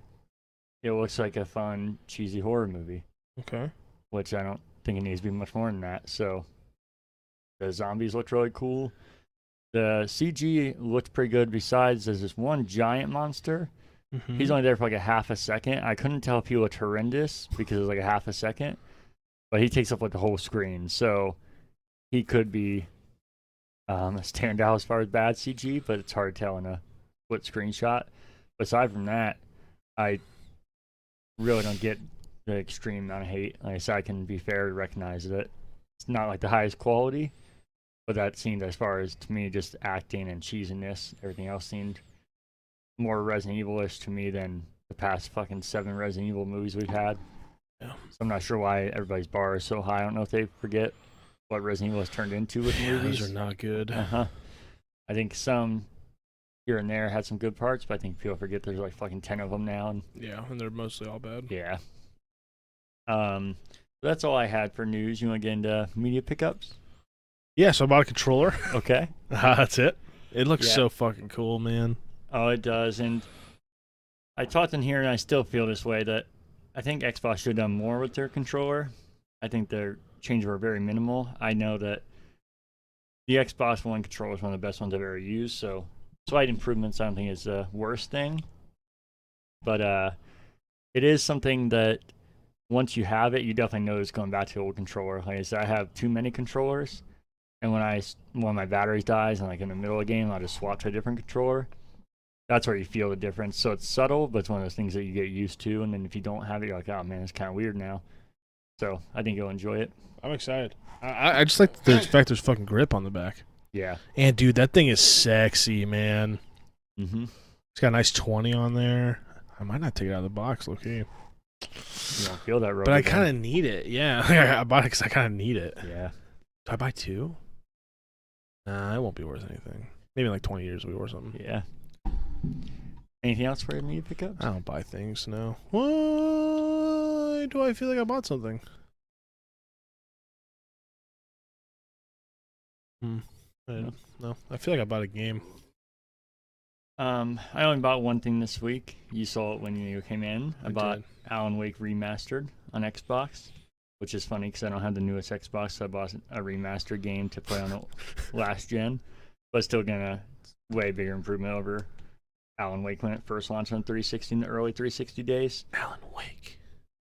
Speaker 1: it looks like a fun, cheesy horror movie.
Speaker 3: Okay.
Speaker 1: which I don't think it needs to be much more than that. So the zombies looked really cool. The CG looked pretty good. Besides, there's this one giant monster.
Speaker 3: Mm-hmm.
Speaker 1: He's only there for like a half a second. I couldn't tell if he looked horrendous because it was like a half a second, but he takes up like the whole screen. So he could be um, a standout as far as bad CG, but it's hard to tell in a split screenshot. Aside from that, I really don't get the extreme amount of hate. Like I said, I can be fair to recognize that it's not like the highest quality, but that seemed as far as to me just acting and cheesiness, everything else seemed more Resident Evil-ish to me than the past fucking seven Resident Evil movies we've had.
Speaker 3: Yeah.
Speaker 1: So I'm not sure why everybody's bar is so high. I don't know if they forget what Resident Evil has turned into with
Speaker 4: Yeah,
Speaker 1: movies.
Speaker 4: those are not good.
Speaker 1: Uh huh. I think some here and there had some good parts, but I think people forget there's like fucking ten of them now, and
Speaker 3: Yeah, and they're mostly all bad.
Speaker 1: yeah. Um, that's all I had for news. You want to get into media pickups?
Speaker 3: Yeah, so I bought a controller.
Speaker 1: Okay.
Speaker 3: That's it. It looks
Speaker 1: Yeah.
Speaker 3: so fucking cool, man.
Speaker 1: Oh, it does. And I talked in here, and I still feel this way that I think Xbox should have done more with their controller. I think their changes were very minimal. I know that the Xbox One controller is one of the best ones I've ever used, so slight improvements I don't think is the worst thing. But uh, it is something that once you have it, you definitely notice going back to the old controller. Like I said, I have too many controllers, and when I s- when my batteries dies and like in the middle of the game, I will just swap to a different controller that's where you feel the difference. So it's subtle, but it's one of those things that you get used to. And then if you don't have it, you're like, oh man, it's kind of weird now. So I think you'll enjoy it.
Speaker 3: I'm excited. I- I, I just like the fact there's fucking grip on the back.
Speaker 1: Yeah.
Speaker 3: And dude, that thing is sexy, man.
Speaker 1: Mm-hmm.
Speaker 3: It's got a nice 20 on there. I might not take it out of the box, okay.
Speaker 1: You don't feel that rubber.
Speaker 3: But I kind of need it. Yeah, I bought it because I kind of need it.
Speaker 1: of. Yeah.
Speaker 3: Do I buy two? Nah, it won't be worth anything. Maybe in like 20 years it'll be worth something.
Speaker 1: Yeah. Anything else for me to pick up?
Speaker 3: I don't buy things now. Why do I feel like I bought something? Hmm. I
Speaker 1: No.
Speaker 3: no, I feel like I bought a game.
Speaker 1: Um, I only bought one thing this week. You saw it when you came in. I, bought
Speaker 3: did.
Speaker 1: Alan Wake Remastered on Xbox, which is funny because I don't have the newest Xbox, so I bought a remastered game to play on the last gen, but still gonna way bigger improvement over Alan Wake when it first launched on 360 in the early 360 days.
Speaker 4: Alan, wake.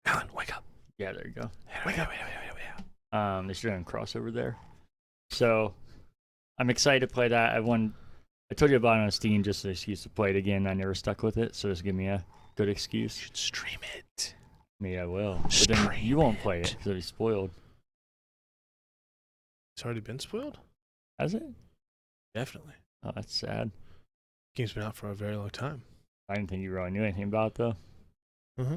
Speaker 4: Alan, wake up.
Speaker 1: Yeah, there you go.
Speaker 4: Wake up, wake up, wake up, wake up.
Speaker 1: Um, they should have done crossover there. So I'm excited to play that. I won. I told you about it on Steam just an excuse to play it again. I never stuck with it, so just give me a good excuse.
Speaker 4: should stream it.
Speaker 1: Me, I will. But then you won't play it because it'll be spoiled.
Speaker 3: It's already been spoiled?
Speaker 1: Has it?
Speaker 3: Definitely.
Speaker 1: Oh, that's sad.
Speaker 3: Game's been out for a very long time.
Speaker 4: Mm-hmm.
Speaker 1: I didn't think you really knew anything about it, though.
Speaker 3: Uh huh.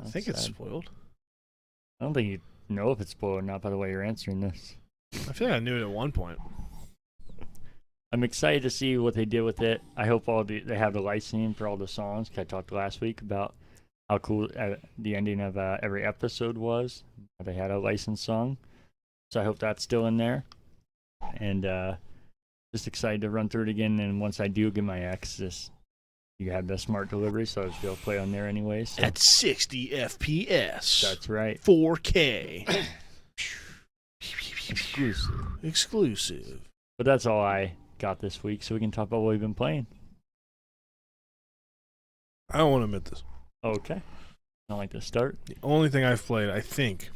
Speaker 3: I think
Speaker 1: That's
Speaker 3: it's
Speaker 1: sad.
Speaker 3: spoiled.
Speaker 1: I don't think you know if it's spoiled or not by the way you're answering this.
Speaker 3: I feel like I knew it at one point.
Speaker 1: I'm excited to see what they did with it. I hope all the they have the licensing for all the songs. 'cause I talked last week about how cool uh, the ending of uh, every episode was. how They had a licensed song, so I hope that's still in there. And uh, just excited to run through it again. And once I do get my X, this you have the smart delivery, so I'll still play on there anyway. So
Speaker 3: At 60 FPS,
Speaker 1: that's right.
Speaker 3: 4K,
Speaker 1: Exclusive.
Speaker 3: exclusive.
Speaker 1: But that's all I got this week, so we can talk about what we've been playing.
Speaker 3: I don't want to admit this.
Speaker 1: Okay. I like to start.
Speaker 3: The only thing I've played, I think,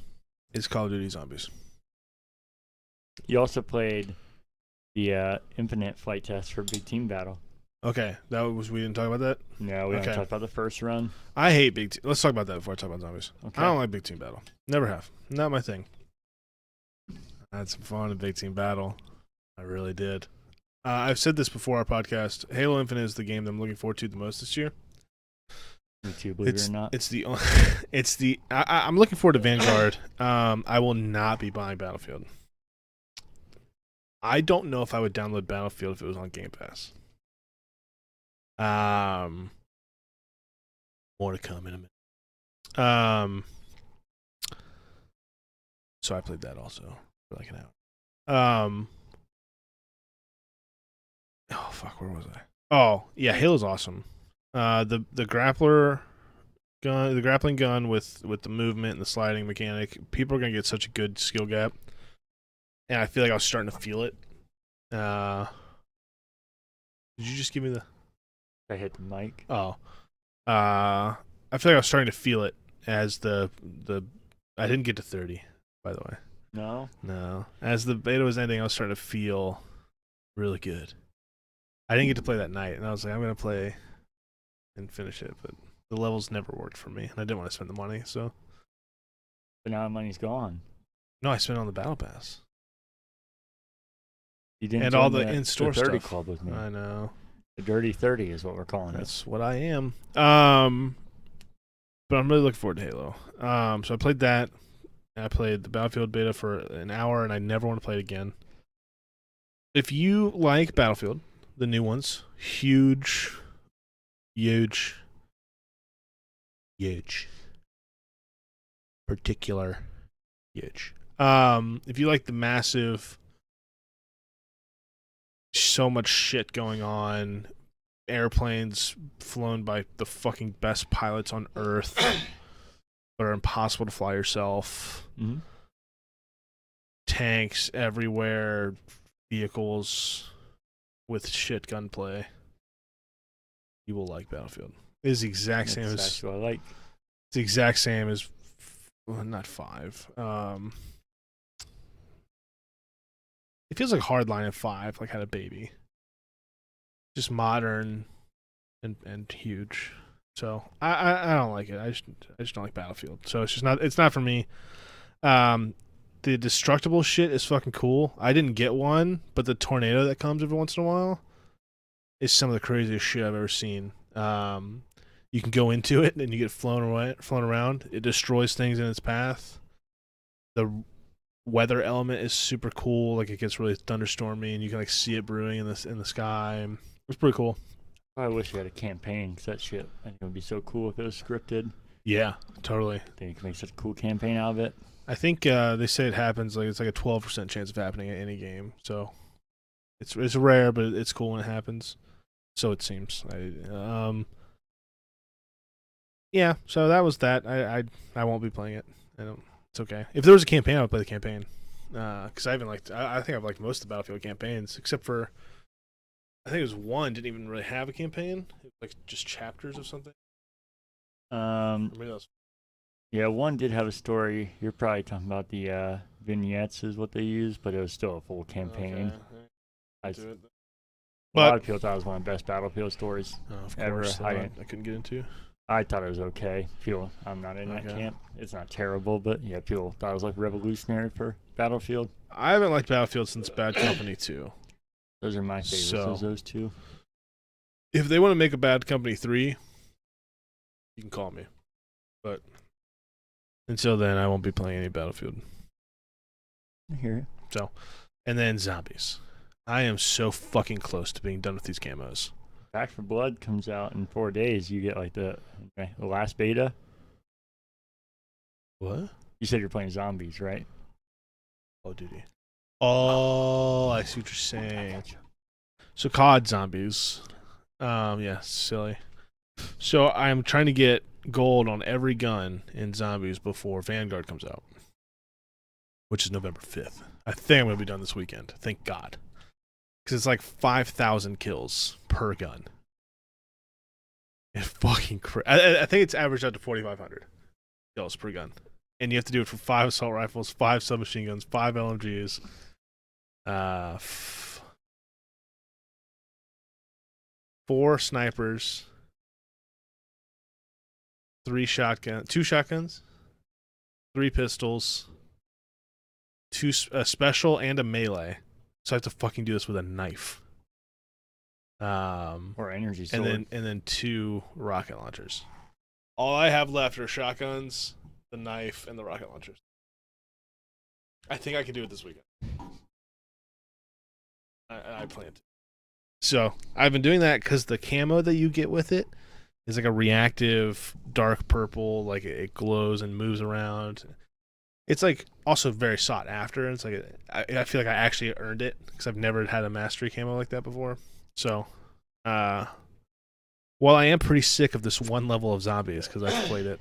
Speaker 3: is Call of Duty Zombies.
Speaker 1: You also played the uh, Infinite Flight Test for Big Team Battle.
Speaker 3: Okay, that was we didn't talk about that.
Speaker 1: No, we
Speaker 3: Okay.
Speaker 1: don't talk about the first run.
Speaker 3: I hate big. Te- Let's talk about that before I talk about zombies.
Speaker 1: Okay.
Speaker 3: I don't like big team battle. Never have. Not my thing. I had some fun in big team battle. I really did. Uh, I've said this before our podcast. Halo Infinite is the game that I'm looking forward to the most this year.
Speaker 1: Me too, believe
Speaker 3: it's,
Speaker 1: it or not.
Speaker 3: It's the. on- It's the. I, I- I'm looking forward to Vanguard. Um, I will not be buying Battlefield. I don't know if I would download Battlefield if it was on Game Pass. Um, more to come in a minute. Um, so I played that also for like an hour. Um, oh fuck, where was I? Oh yeah, Halo's awesome. Uh, the the grappler gun, the grappling gun with with the movement and the sliding mechanic, people are gonna get such a good skill gap, and I feel like I was starting to feel it. Uh, did you just give me the?
Speaker 1: I hit the mic.
Speaker 3: Oh, uh, I feel like I was starting to feel it as the the. I didn't get to thirty, by the way.
Speaker 1: No?
Speaker 3: No, as the beta was ending, I was starting to feel really good. I didn't get to play that night, and I was like, I'm gonna play and finish it, but the levels never worked for me, and I didn't want to spend the money, so.
Speaker 1: But now my money's gone.
Speaker 3: No, I spent it on the battle pass.
Speaker 1: You didn't
Speaker 3: And all
Speaker 1: join
Speaker 3: the in-store
Speaker 1: 30
Speaker 3: stuff.
Speaker 1: club with me.
Speaker 3: I know.
Speaker 1: the Dirty 30 is what we're calling it.
Speaker 3: That's what I am. Um but I'm really looking forward to Halo. Um so I played that. and I played the Battlefield beta for an hour and I never want to play it again. If you like Battlefield, the new ones, huge huge huge particular huge. Um if you like the massive so much shit going on airplanes flown by the fucking best pilots on earth but are impossible to fly yourself
Speaker 1: Mhm.
Speaker 3: tanks everywhere vehicles with shit gunplay you will like battlefield it is the exact
Speaker 1: That's
Speaker 3: same as
Speaker 1: actually what I like.
Speaker 3: it's the exact same as well, not five. Um, it feels like Hardline at five, like had a baby. Just modern and and huge. So I, I, I don't like it. I just I just don't like Battlefield. So it's just not it's not for me. Um, the destructible shit is fucking cool. I didn't get one, but the tornado that comes every once in a while is some of the craziest shit I've ever seen. Um, you can go into it and you get flown away, flown around. It destroys things in its path. The weather element is super cool. Like it gets really thunderstormy, and you can like see it brewing in the in the sky. It's pretty cool.
Speaker 1: Oh, I wish we had a campaign because that shit, I think it would be so cool if it was scripted.
Speaker 3: Yeah, totally.
Speaker 1: I think you can make such a cool campaign out of it.
Speaker 3: I think uh, they say it happens. Like it's like a twelve percent chance of happening in any game. So it's it's rare, but it's cool when it happens. So it seems. I, um. Yeah. So that was that. I I, I won't be playing it. I don't. It's okay. If there was a campaign, I would play the campaign. Because I haven't liked. I, I think I've liked most of the Battlefield campaigns, except for. I think it was one didn't even really have a campaign. It was like just chapters of something.
Speaker 1: Um,
Speaker 3: Or maybe that was-
Speaker 1: Yeah, one did have a story. You're probably talking about the uh, vignettes, is what they used, but it was still a full campaign.
Speaker 3: Okay, all right,
Speaker 1: I,
Speaker 3: do it.
Speaker 1: a lot
Speaker 3: But-
Speaker 1: of people thought it was one of the best Battlefield stories.
Speaker 3: Oh, of
Speaker 1: Ever
Speaker 3: course, the
Speaker 1: hide
Speaker 3: one
Speaker 1: it.
Speaker 3: I couldn't get into.
Speaker 1: I thought it was okay. People, I'm not in that
Speaker 3: Okay.
Speaker 1: camp. It's not terrible, but yeah, people thought it was like revolutionary for Battlefield.
Speaker 3: I haven't liked Battlefield since Bad Company 2.
Speaker 1: Those are my favorites.
Speaker 3: So-
Speaker 1: is those two.
Speaker 3: If they want to make a Bad Company 3, you can call me. But Until then, I won't be playing any Battlefield.
Speaker 1: I hear you.
Speaker 3: And then zombies. I am so fucking close to being done with these camos.
Speaker 1: Back for Blood comes out in four days. You get like the, okay, the last beta.
Speaker 3: What?
Speaker 1: You said you're playing zombies, right?
Speaker 3: Oh, duty. Oh, I see what you're saying. So COD zombies. Um, yeah, silly. So I'm trying to get gold on every gun in zombies before Vanguard comes out, which is November 5th. I think I'm gonna be done this weekend. Thank God, because it's like 5,000 kills per gun. It fucking cra- I, I- I think it's averaged out to 4,500 kills per gun, and you have to do it for five assault rifles, five submachine guns, five LMGs. Uh, f- four snipers, three shotgun, two shotguns, three pistols, two s- a special and a melee. So I have to fucking do this with a knife. Um,
Speaker 1: Or energy sword.
Speaker 3: and then and then two rocket launchers. All I have left are shotguns, the knife, and the rocket launchers. I think I can do it this weekend. I, I plan to. So I've been doing that because the camo that you get with it is like a reactive dark purple, like it, it glows and moves around. It's like also very sought after. And it's like a- I I feel like I actually earned it because I've never had a mastery camo like that before. So uh well i am pretty sick of this one level of zombies because i've played it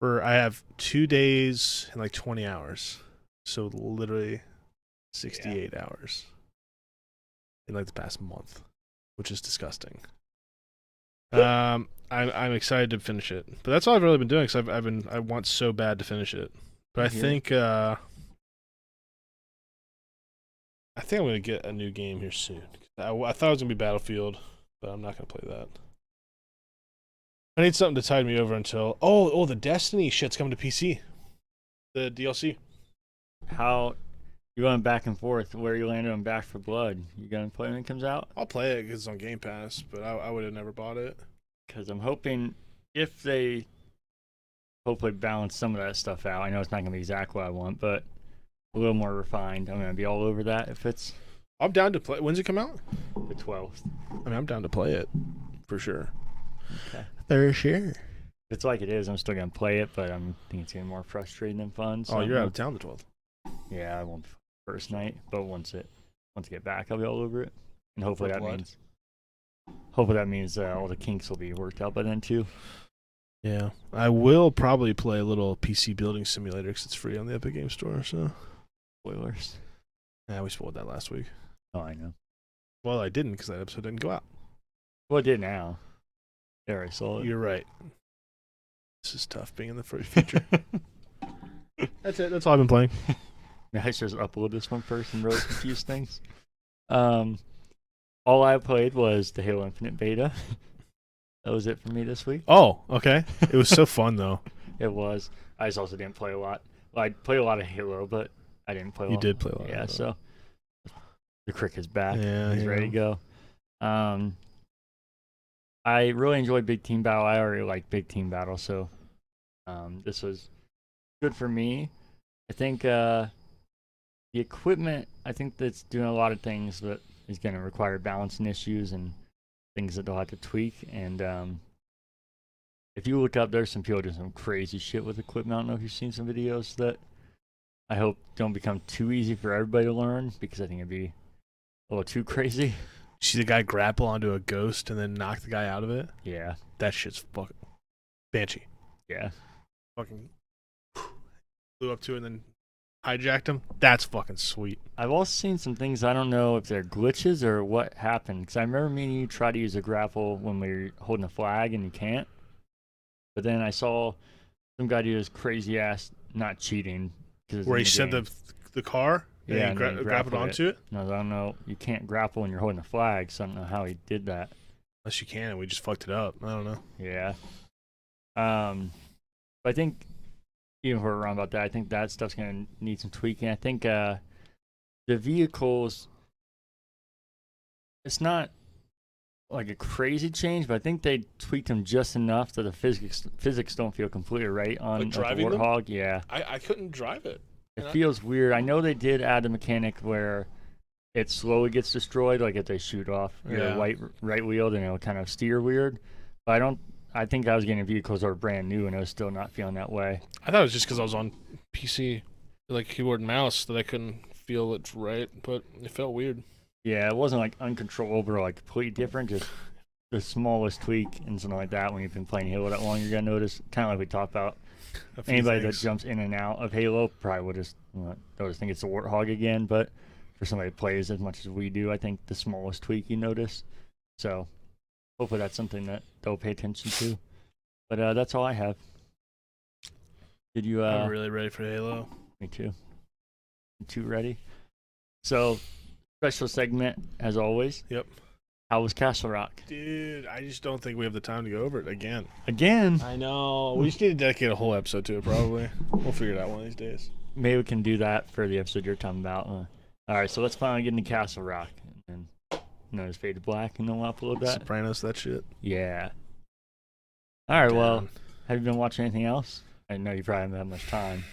Speaker 3: for i have two days and like 20 hours so literally 68 hours in like the past month which is disgusting um I'm, I'm excited to finish it but that's all i've really been doing because I've, I've been i want so bad to finish it but i
Speaker 1: Yeah.
Speaker 3: think uh I think I'm gonna get a new game here soon. I, I thought it was gonna be Battlefield, but I'm not gonna play that. I need something to tide me over until oh oh the Destiny shit's coming to PC, the DLC.
Speaker 1: how you going back and forth where you landed on Back for Blood? You gonna play when it comes out?
Speaker 3: I'll play it because it's on Game Pass, but I, I would have never bought it.
Speaker 1: Because I'm hoping if they hopefully balance some of that stuff out. I know it's not gonna be exactly what I want, but a little more refined. I'm gonna be all over that if it's
Speaker 3: I'm down to play. When's it come out?
Speaker 1: the 12th.
Speaker 3: I mean, I'm down to play it for sure.
Speaker 2: For sure.
Speaker 1: If it's like it is, I'm still gonna play it, but I'm thinking it's gonna be more frustrating than fun. So
Speaker 3: oh,
Speaker 1: I'm
Speaker 3: you're out of
Speaker 1: gonna-
Speaker 3: town the 12th.
Speaker 1: Yeah, I won't be first night, but once it once I get back, I'll be all over it, and hopefully
Speaker 3: For
Speaker 1: that
Speaker 3: blood.
Speaker 1: means hopefully that means uh, all the kinks will be worked out by then too.
Speaker 3: Yeah, I will probably play a little PC building simulator because it's free on the Epic Game Store. So
Speaker 1: Spoilers.
Speaker 3: yeah, we spoiled that last week.
Speaker 1: Oh, I know.
Speaker 3: Well, I didn't because that episode didn't go out.
Speaker 1: Well, it did now. There, I saw it.
Speaker 3: You're right. This is tough being in the fr- future. That's it. That's all I've been playing.
Speaker 1: Now I should just upload this one first and really confuse things. Um, all I played was the Halo Infinite beta. that was it for me this week.
Speaker 3: Oh, okay. It was so fun though.
Speaker 1: It was. I just also didn't play a lot. Well, I played a lot of Halo, but I didn't play. a
Speaker 3: You
Speaker 1: lot.
Speaker 3: did play a lot.
Speaker 1: Yeah. So the crick is back.
Speaker 3: yeah,
Speaker 1: He's
Speaker 3: you
Speaker 1: ready
Speaker 3: know.
Speaker 1: to go. Um, I really enjoyed Big Team Battle. I already like Big Team Battle, so um, this was good for me. I think uh, the equipment. I think that's doing a lot of things that is going to require balancing issues and things that they'll have to tweak. And um, if you look up, there's some people doing some crazy shit with equipment. I don't know if you've seen some videos that I hope don't become too easy for everybody to learn because I think it'd be a little too crazy.
Speaker 3: See the guy grapple onto a ghost and then knock the guy out of it.
Speaker 1: Yeah,
Speaker 3: That shit's fucking banshee.
Speaker 1: yeah.
Speaker 3: Fucking flew up to it and then hijacked him. That's fucking sweet.
Speaker 1: I've also seen some things I don't know if they're glitches or what happened because I remember me and you try to use a grapple when we were holding a flag and you can't. But then I saw some guy do this crazy ass not cheating. 'cause it's
Speaker 3: Where
Speaker 1: in
Speaker 3: he sent
Speaker 1: game.
Speaker 3: the the car. And
Speaker 1: Yeah,
Speaker 3: yeah,
Speaker 1: and
Speaker 3: gra-
Speaker 1: then he
Speaker 3: grappled
Speaker 1: grappled
Speaker 3: onto it.
Speaker 1: No, I don't know. You can't grapple when you're holding a flag, so I don't know how he did that.
Speaker 3: Unless you can, and we just fucked it up. I don't know.
Speaker 1: Yeah. Um, but I think even if we're wrong about that, I think that stuff's gonna need some tweaking. I think uh, the vehicles, it's not like a crazy change, but I think they tweaked them just enough that the physics physics don't feel completely right on like, the
Speaker 5: driving them?
Speaker 1: Warthog. Yeah,
Speaker 5: I, I couldn't drive it.
Speaker 1: it
Speaker 5: Yeah.
Speaker 1: feels weird. I know they did add a mechanic where it slowly gets destroyed, like if they shoot off your
Speaker 5: Yeah.
Speaker 1: right right wheel, then it'll kind of steer weird. But I don't. I think I was getting vehicles that were brand new, and I was still not feeling that way.
Speaker 5: I thought it was just because I was on PC, like keyboard and mouse, that I couldn't feel it right, but it felt weird.
Speaker 1: Yeah, it wasn't like uncontrollable or like completely different. Just the smallest tweak and something like that. When you've been playing Halo that long, you're gonna notice. Kind of like we talked about
Speaker 3: A few
Speaker 1: anybody
Speaker 3: things.
Speaker 1: that jumps in and out of Halo probably would just uh, they'll just think it's a warthog again. But for somebody that plays as much as we do, I think the smallest tweak you notice. So hopefully that's something that they'll pay attention to. But uh, that's all I have. Did you? Uh,
Speaker 3: I'm really ready for Halo.
Speaker 1: me too. You too ready. So special segment as always.
Speaker 3: Yep.
Speaker 1: How was Castle Rock
Speaker 3: Dude, I just don't think we have the time to go over it again.
Speaker 1: again?
Speaker 3: I know. We just need to dedicate a whole episode to it, probably. we'll figure it out one of these days.
Speaker 1: Maybe we can do that for the episode you're talking about. Uh, all right, so let's finally get into Castle Rock, and then you know, just fade to black, and then we'll upload that.
Speaker 3: Sopranos, that shit.
Speaker 1: Yeah. All right. Well,
Speaker 3: Damn.
Speaker 1: have you been watching anything else? I know you probably haven't had much time.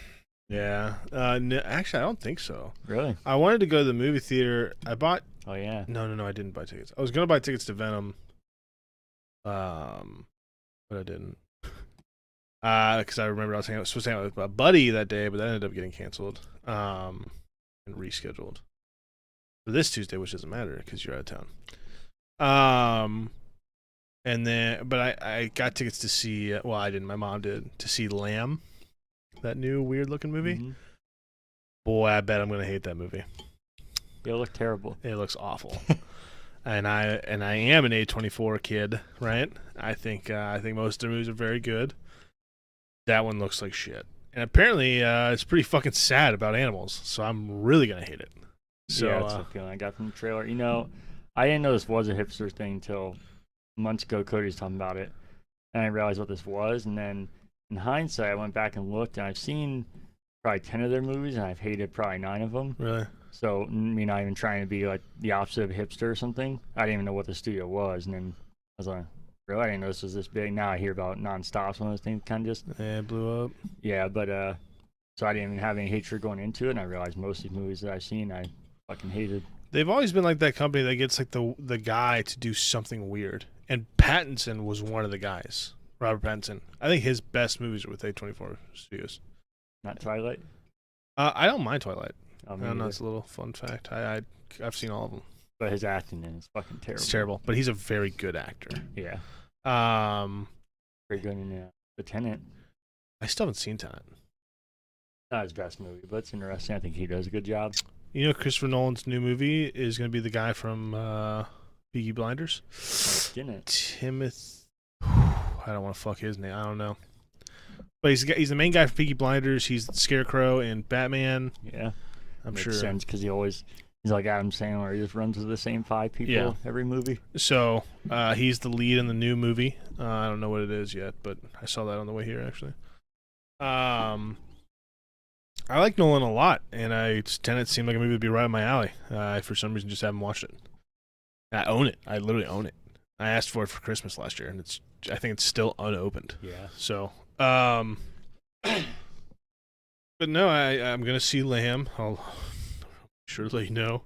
Speaker 3: Yeah. Uh, no, actually, I don't think so.
Speaker 1: Really?
Speaker 3: I wanted to go to the movie theater. I bought.
Speaker 1: Oh yeah.
Speaker 3: No, no, no. I didn't buy tickets. I was gonna buy tickets to Venom. Um, but I didn't. Uh, because I remember I was hanging out, supposed to hang out with my buddy that day, but that ended up getting canceled. Um, and rescheduled for this Tuesday, which doesn't matter because you're out of town. Um, and then, but I I got tickets to see. uh, Well, I didn't. My mom did to see Lamb, that new weird looking movie.
Speaker 1: Mhm.
Speaker 3: Boy, I bet I'm gonna hate that movie.
Speaker 1: It looked terrible.
Speaker 3: It looks awful. and I and I am an A24 kid, right? I think uh, I think most of their movies are very good. That one looks like shit. And apparently, uh, it's pretty fucking sad about animals. So I'm really gonna hate it. So
Speaker 1: yeah, that's
Speaker 3: uh,
Speaker 1: the feeling I got from the trailer. You know, I didn't know this was a hipster thing until months ago. Cody was talking about it, and I realized what this was. And then, in hindsight, I went back and looked, and I've seen probably ten of their movies, and I've hated probably nine of them.
Speaker 3: really,
Speaker 1: So me not even trying to be like the opposite of hipster or something. I didn't even know what the studio was, and then I was like, really? I didn't know this was this big. Now I hear about nonstops one of those things, kind of just
Speaker 3: yeah, it blew up.
Speaker 1: yeah. But uh, so I didn't even have any hatred going into it, and I realized most of the movies that I've seen, I fucking hated.
Speaker 3: They've always been like that company that gets like the the guy to do something weird. And Pattinson was one of the guys. Robert Pattinson. I think his best movies are with A24 Studios.
Speaker 1: Not Twilight.
Speaker 3: Uh, I don't mind Twilight.
Speaker 1: Um,
Speaker 3: I don't know. It's a little fun fact. I, I I've seen all of them.
Speaker 1: but his acting in is fucking terrible.
Speaker 3: It's terrible, but he's a very good actor.
Speaker 1: Yeah,
Speaker 3: Um,
Speaker 1: pretty good in uh, The Tenant.
Speaker 3: I still haven't seen Tenet.
Speaker 1: Not his best movie, but it's interesting. I think he does a good job.
Speaker 3: You know, Christopher Nolan's new movie is going to be the guy from uh, Peaky Blinders.
Speaker 1: In it.
Speaker 3: Timothy. I don't want to fuck his name. I don't know. But he's the guy- he's the main guy from Peaky Blinders. He's the Scarecrow in Batman.
Speaker 1: Yeah,
Speaker 3: I'm
Speaker 1: makes
Speaker 3: sure.
Speaker 1: sense because he always he's like Adam Sandler. He just runs with the same five people
Speaker 3: Yeah.
Speaker 1: every movie.
Speaker 3: So uh, he's the lead in the new movie. Uh, I don't know what it is yet, but I saw that on the way here actually. Um, I like Nolan a lot, and I Tenet seemed like a movie that'd be right up my alley. Uh, I for some reason just haven't watched it. I own it. I literally own it. I asked for it for Christmas last year, and it's I think it's still unopened.
Speaker 1: Yeah,
Speaker 3: So, um, but no, I I'm gonna see Lamb. I'll sure let you know.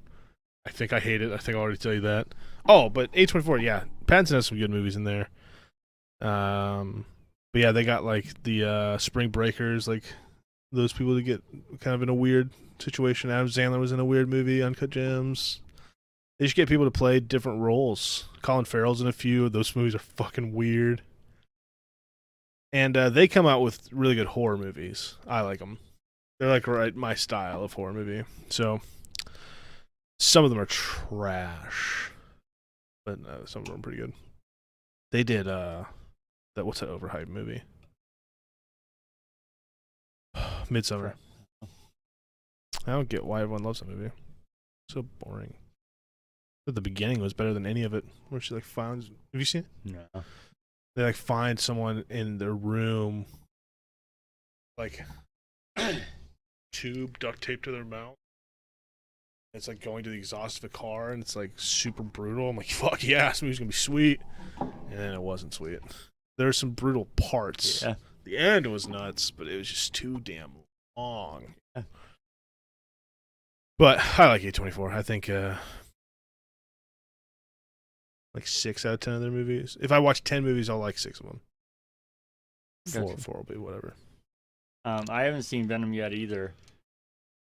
Speaker 3: I think I hate it. I think I already tell you that. Oh, but A24, yeah, Pattinson has some good movies in there. Um, but yeah, they got like the uh Spring Breakers, like those people that get kind of in a weird situation. Adam Sandler was in a weird movie, Uncut Gems. They just get people to play different roles. Colin Farrell's in a few. Those movies are fucking weird and uh, they come out with really good horror movies. I like them. They're like right my style of horror movie. So some of them are trash, but uh, some of them are pretty good. They did uh, that what's that overhyped movie? Midsummer. I don't get why everyone loves that movie. So boring. But the beginning was better than any of it. Where she like finds. Have you seen? it?
Speaker 1: no,
Speaker 3: they like find someone in their room like tube duct tape to their mouth It's like going to the exhaust of a car and it's like super brutal. I'm like, fuck yeah, this movie's gonna be sweet. And then it wasn't sweet. There's some brutal parts.
Speaker 1: Yeah.
Speaker 3: The end was nuts, but it was just too damn long.
Speaker 1: Yeah.
Speaker 3: But I like A24. I think uh like six out of ten of their movies. If I watch ten movies, I'll like six of them. Four,
Speaker 1: Gotcha.
Speaker 3: four will be whatever.
Speaker 1: Um, I haven't seen Venom yet either.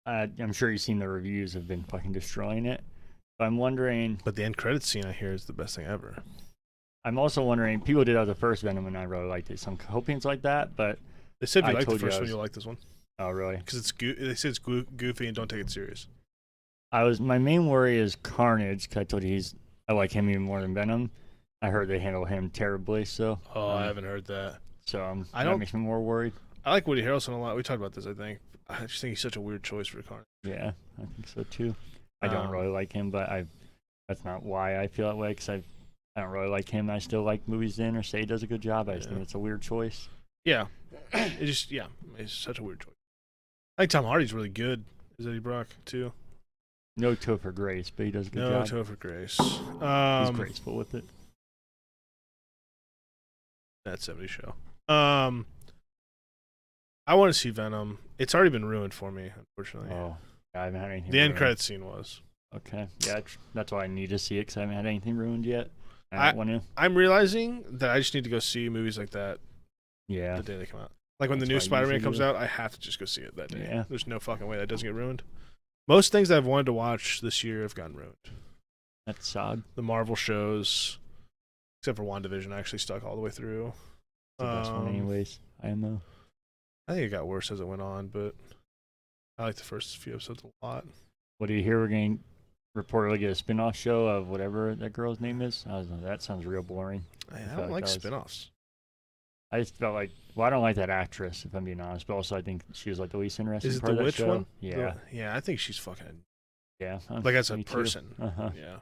Speaker 1: Uh, I'm sure you've seen the reviews have been fucking destroying it. But I'm wondering.
Speaker 3: But the end credits scene I hear is the best thing ever.
Speaker 1: I'm also wondering. People did have the first Venom, and I really liked it. So I'm hoping it's like that. But
Speaker 3: They said if
Speaker 1: I
Speaker 3: you like the
Speaker 1: told you
Speaker 3: first
Speaker 1: I
Speaker 3: one,
Speaker 1: was-
Speaker 3: you'll like this one
Speaker 1: oh, really?
Speaker 3: because it's goo- they said it's goo- goofy and don't take it serious.
Speaker 1: I was. My main worry is Carnage. 'cause I told you he's. I like him even more than Venom. I heard they handle him terribly. So.
Speaker 3: Oh,
Speaker 1: I
Speaker 3: I haven't heard that.
Speaker 1: So um,
Speaker 3: I
Speaker 1: that
Speaker 3: don't-
Speaker 1: makes me more worried.
Speaker 3: I like Woody Harrelson a lot. We talked about this, I think. I just think he's such a weird choice for Carnage.
Speaker 1: Yeah, I think so too. I don't
Speaker 3: Um,
Speaker 1: really like him, but I that's not why I feel that way because I I don't really like him. I still like movies in or say he does a good job. I just think
Speaker 3: Yeah.
Speaker 1: it's a weird choice.
Speaker 3: Yeah, it just yeah, it's such a weird choice. I think Tom Hardy's really good. Is Eddie Brock too?
Speaker 1: No toe for grace, but he does a good
Speaker 3: no,
Speaker 1: job.
Speaker 3: Topher Grace.
Speaker 1: He's
Speaker 3: Um,
Speaker 1: graceful with it.
Speaker 3: that 70 show. Um, I want to see Venom. It's already been ruined for me, unfortunately.
Speaker 1: Oh, I haven't had anything.
Speaker 3: the end
Speaker 1: ruined.
Speaker 3: credits scene was.
Speaker 1: Okay, yeah, tr- that's why I need to see it because I haven't had anything ruined yet. I
Speaker 3: I-
Speaker 1: don't want to.
Speaker 3: I'm realizing that I just need to go see movies like that
Speaker 1: Yeah,
Speaker 3: the day they come out. Like when
Speaker 1: That's what
Speaker 3: the
Speaker 1: I
Speaker 3: new Spider-Man
Speaker 1: usually
Speaker 3: comes
Speaker 1: do.
Speaker 3: out, I have to just go see it that day.
Speaker 1: Yeah.
Speaker 3: There's no fucking way that doesn't get ruined. Most things that I've wanted to watch this year have gotten ruined.
Speaker 1: that's sod.
Speaker 3: The Marvel shows, except for WandaVision, I actually stuck all the way through.
Speaker 1: It's the best one,
Speaker 3: Um,
Speaker 1: anyways. I know.
Speaker 3: I think it got worse as it went on, but I like the first few episodes a lot.
Speaker 1: What do you hear? We're going to reportedly get a spin-off show of whatever that girl's name is. I was like, that sounds real boring.
Speaker 3: I,
Speaker 1: I feel like
Speaker 3: don't like
Speaker 1: that was-
Speaker 3: spin-offs.
Speaker 1: I just felt like, well, I don't like that actress, if I'm being honest, but also I think she was like the least interesting
Speaker 3: Is it
Speaker 1: part
Speaker 3: the
Speaker 1: of that
Speaker 3: witch
Speaker 1: show.
Speaker 3: one? The-
Speaker 1: Yeah,
Speaker 3: yeah, I think she's fucking
Speaker 1: yeah. uh,
Speaker 3: like as a
Speaker 1: me too.
Speaker 3: person.
Speaker 1: Uh-huh.
Speaker 3: Yeah.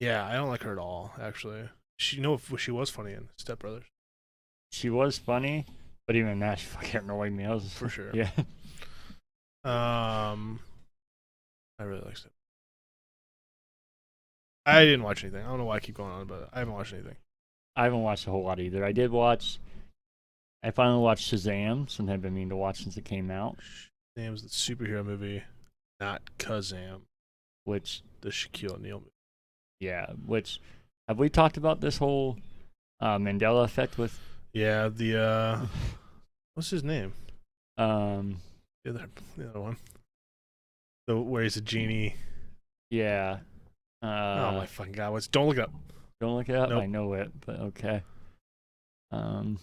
Speaker 3: Yeah, I don't like her at all. Actually, she you know what she was funny in Step Brothers
Speaker 1: She was funny, but even that, she fucking annoyed me. I was
Speaker 3: for sure.
Speaker 1: yeah.
Speaker 3: Um, I really like Step. I didn't watch anything. I don't know why I keep going on about it. I haven't watched anything.
Speaker 1: I haven't watched a whole lot either. I did watch, I finally watched Shazam, something I've been meaning to watch since it came out,
Speaker 3: Name's the superhero movie, not Kazam,
Speaker 1: which,
Speaker 3: the Shaquille O'Neal movie.
Speaker 1: yeah, which, have we talked about this whole uh, Mandela effect with,
Speaker 3: Yeah, the uh, what's his name?
Speaker 1: um,
Speaker 3: The other, the other one. The where he's a genie.
Speaker 1: yeah. Uh,
Speaker 3: oh my fucking god! What's don't look it up.
Speaker 1: Don't look it up.
Speaker 3: Nope.
Speaker 1: I know it, but okay. Um,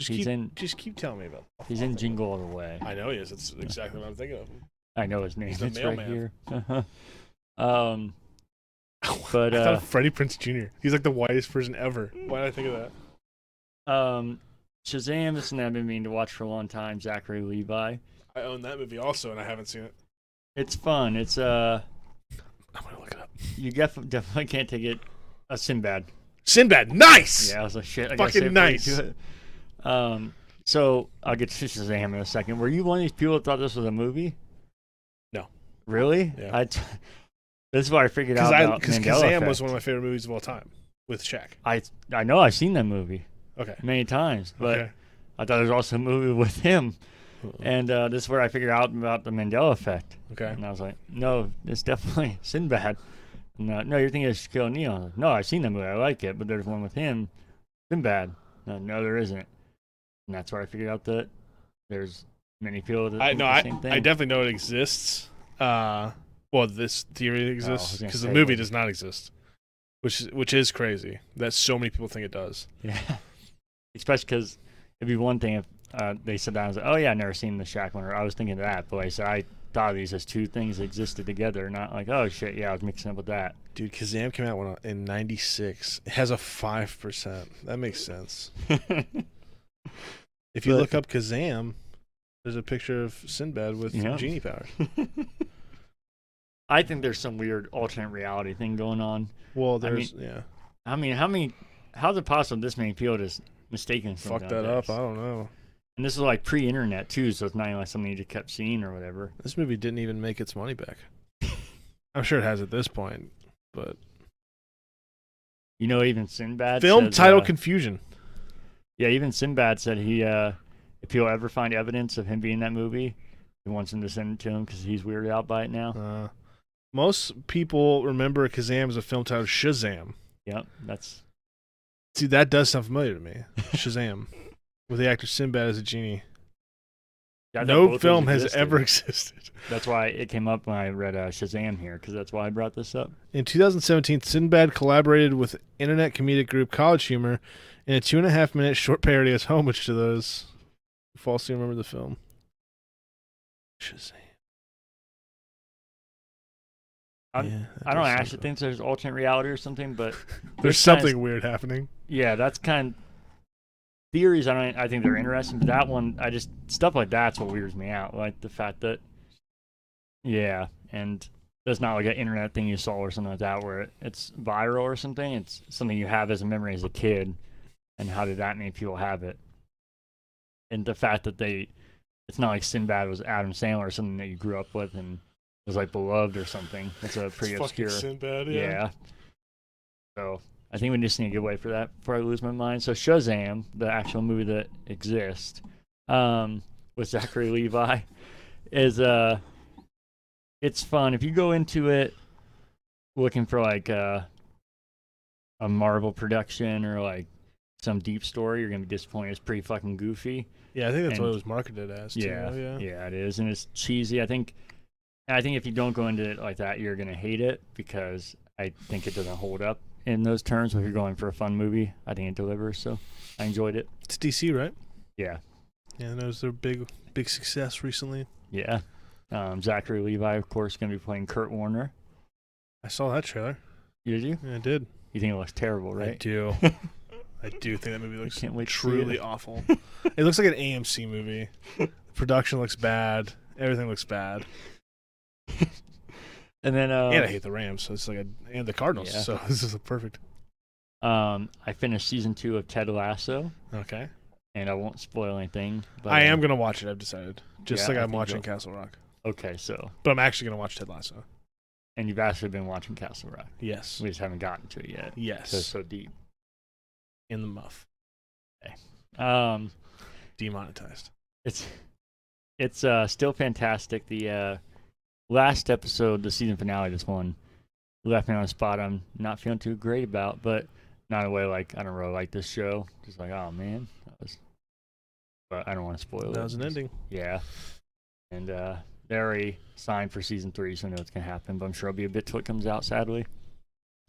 Speaker 3: Just
Speaker 1: he's
Speaker 3: keep,
Speaker 1: in
Speaker 3: just keep telling me about.
Speaker 1: he's in Jingle All the Way.
Speaker 3: I know he is. It's exactly what I'm thinking of.
Speaker 1: I know his name.
Speaker 3: the
Speaker 1: it's right
Speaker 3: mailman.
Speaker 1: here. Uh-huh. Um, but
Speaker 3: I thought
Speaker 1: uh, Hmm.
Speaker 3: of Freddie Prince Jr. He's like the whitest person ever. Why did I think of that?
Speaker 1: um, Shazam is something I've been meaning to watch for a long time. Zachary Levi.
Speaker 3: I own that movie also, and I haven't seen it.
Speaker 1: It's fun. It's uh,
Speaker 3: I'm gonna look it up.
Speaker 1: you def- definitely can't take it. A Sinbad.
Speaker 3: Sinbad, nice.
Speaker 1: Yeah, I was like, shit. I
Speaker 3: Fucking
Speaker 1: gotta save money to
Speaker 3: nice.
Speaker 1: it. Um, so I'll get to Shazam in a second. Were you one of these people that thought this was a movie?
Speaker 3: No.
Speaker 1: Really?
Speaker 3: Yeah.
Speaker 1: I t- this is what I figured out
Speaker 3: Because I
Speaker 1: about
Speaker 3: because
Speaker 1: Mandela
Speaker 3: Kazam
Speaker 1: effect.
Speaker 3: was one of my favorite movies of all time with Shaq.
Speaker 1: I I know I've seen that movie
Speaker 3: Okay.
Speaker 1: many times, but
Speaker 3: okay.
Speaker 1: I thought there was also a movie with him, and uh, this is where I figured out about the Mandela effect.
Speaker 3: okay.
Speaker 1: And I was like, no, it's definitely Sinbad. No, no, you're thinking of Shaquille O'Neal. I was like, no, I've seen that movie. I like it, but there's one with him, Sinbad. No, no, there isn't. And that's where I figured out that there's many people that
Speaker 3: I
Speaker 1: think
Speaker 3: no,
Speaker 1: the
Speaker 3: I,
Speaker 1: same thing.
Speaker 3: I definitely know it exists. Uh, well, this theory exists
Speaker 1: gonna
Speaker 3: because
Speaker 1: say,
Speaker 3: the movie
Speaker 1: what-
Speaker 3: does not exist, which is- which is crazy that so many people think it does.
Speaker 1: Yeah. Especially because it'd be one thing if uh, they said that. I was like, oh, yeah, I've never seen the Shaq one. Or I was thinking that, but I said, I thought of these as two things that existed together, not like, oh, shit, yeah, I was mixing up with that.
Speaker 3: Dude, Kazam came out when- uh, in '96. It has a five percent. That makes sense. If you
Speaker 1: But-
Speaker 3: look up Kazam, there's a picture of Sinbad with
Speaker 1: Yeah.
Speaker 3: genie powers.
Speaker 1: I think there's some weird alternate reality thing going on.
Speaker 3: Well,
Speaker 1: I mean, oh
Speaker 3: there's yeah.
Speaker 1: I mean, how many, how's it possible this many people just mistaken?
Speaker 3: Fuck that up. I don't know.
Speaker 1: And this is like pre-internet too, so it's not even like something you just kept seeing or whatever.
Speaker 5: This movie didn't even make its money back.
Speaker 3: I'm sure it has at this point, but
Speaker 1: You know, even Sinbad.
Speaker 3: film
Speaker 1: says,
Speaker 3: title
Speaker 1: uh,
Speaker 3: confusion.
Speaker 1: yeah, even Sinbad said he, uh, if he'll ever find evidence of him being in that movie, he wants him to send it to him because he's weirded out by it now.
Speaker 3: Uh, most people remember Kazam as a film title Shazam.
Speaker 1: Yep, that's
Speaker 3: See, that does sound familiar to me. Shazam, with the actor Sinbad as a genie.
Speaker 1: I thought both
Speaker 3: no
Speaker 1: those
Speaker 3: film has
Speaker 1: existed.
Speaker 3: ever existed.
Speaker 1: That's why it came up when I read uh, Shazam here, because that's why I brought this up.
Speaker 3: In 2017, Sinbad collaborated with internet comedic group College Humor in a two and a half minute short parody as homage to those who falsely remember the film. Shazam.
Speaker 1: I'm-
Speaker 3: Yeah, that
Speaker 1: I don't know.
Speaker 3: does sound
Speaker 1: Ashley
Speaker 3: familiar.
Speaker 1: thinks there's alternate reality or something, but
Speaker 3: There's
Speaker 1: kinda
Speaker 3: something weird happening.
Speaker 1: yeah, that's kind of theories. I don't. I think they're interesting, but that one, I just stuff like that's what weirds me out. Like the fact that, yeah, and that's not like an internet thing you saw or something like that, where it, it's viral or something. It's something you have as a memory as a kid, and how did that many people have it? And the fact that they, it's not like Sinbad was Adam Sandler or something that you grew up with and was like beloved or something. It's a pretty obscure.
Speaker 5: Sinbad,
Speaker 1: Yeah. So I think we just need a good way for that before I lose my mind. So Shazam, the actual movie that exists, um, with Zachary Levi, is uh, it's fun if you go into it looking for like uh, a Marvel production or like some deep story. You're gonna be disappointed. It's pretty fucking goofy.
Speaker 3: Yeah, I think that's what it
Speaker 1: And-
Speaker 3: was marketed as. Too,
Speaker 1: Yeah,
Speaker 3: yeah.
Speaker 1: it is, and it's cheesy. I think, I think if you don't go into it like that, you're gonna hate it because I think it doesn't hold up in those terms. If you're going for a fun movie, I think it delivers. So I enjoyed it.
Speaker 3: It's DC, right?
Speaker 1: Yeah,
Speaker 3: Yeah, and it was their big, big success recently.
Speaker 1: yeah. Um, Zachary Levi, of course, gonna be playing Kurt Warner.
Speaker 3: I saw that trailer.
Speaker 1: Did you?
Speaker 3: Yeah, I did.
Speaker 1: You think it looks terrible,
Speaker 3: I
Speaker 1: right?
Speaker 3: do. I do think that movie looks
Speaker 1: can't wait to see
Speaker 3: truly
Speaker 1: it.
Speaker 3: awful. It looks like an AMC movie. The production looks bad. Everything looks bad.
Speaker 1: and then, uh,
Speaker 3: and I hate the Rams, so it's like a, and the Cardinals.
Speaker 1: Yeah.
Speaker 3: So this is a perfect.
Speaker 1: um, I finished season two of Ted Lasso,
Speaker 3: Okay.
Speaker 1: and I won't spoil anything. But
Speaker 3: I am
Speaker 1: um,
Speaker 3: gonna watch it. I've decided, just
Speaker 1: Yeah,
Speaker 3: like
Speaker 1: I
Speaker 3: I'm
Speaker 1: think
Speaker 3: watching
Speaker 1: you'll-
Speaker 3: Castle Rock,
Speaker 1: Okay, so
Speaker 3: but I'm actually gonna watch Ted Lasso.
Speaker 1: and you've actually been watching Castle Rock.
Speaker 3: Yes.
Speaker 1: We just haven't gotten to it yet. 'cause It's
Speaker 3: Yes.
Speaker 1: so deep.
Speaker 3: In the muff.
Speaker 1: Um,
Speaker 3: Demonetized.
Speaker 1: it's it's uh, still fantastic. The uh, last episode, the season finale, this one left me on a spot I'm not feeling too great about, but not in a way like I don't really like this show. Just like oh man, that was. But I don't want to spoil it.
Speaker 3: That was an ending.
Speaker 1: Yeah, and uh, they already signed for season three, so I know it's gonna happen. But I'm sure it'll be a bit till it comes out. Sadly,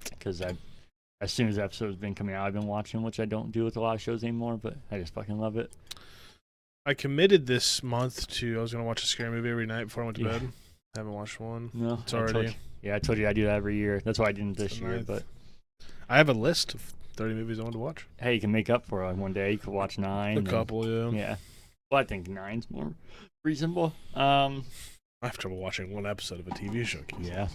Speaker 1: because I. As soon as the episode's been coming out, I've been watching, which I don't do with a lot of shows anymore, but I just fucking love it.
Speaker 3: I committed this month to I was gonna watch a scary movie every night before I went to
Speaker 1: Yeah.
Speaker 3: bed. I haven't watched one.
Speaker 1: No,
Speaker 3: It's
Speaker 1: I told
Speaker 3: already
Speaker 1: you- yeah, I told you I do that every year. That's why I didn't this
Speaker 3: the
Speaker 1: year.
Speaker 3: ninth.
Speaker 1: But
Speaker 3: I have a list of 30 movies I want to watch.
Speaker 1: hey, you can make up for it. Like one day you could watch nine.
Speaker 3: A
Speaker 1: and-
Speaker 3: couple, yeah.
Speaker 1: Yeah. Well, I think nine's more reasonable. Um.
Speaker 3: I have trouble watching one episode of a TV show. Keith.
Speaker 1: Yeah.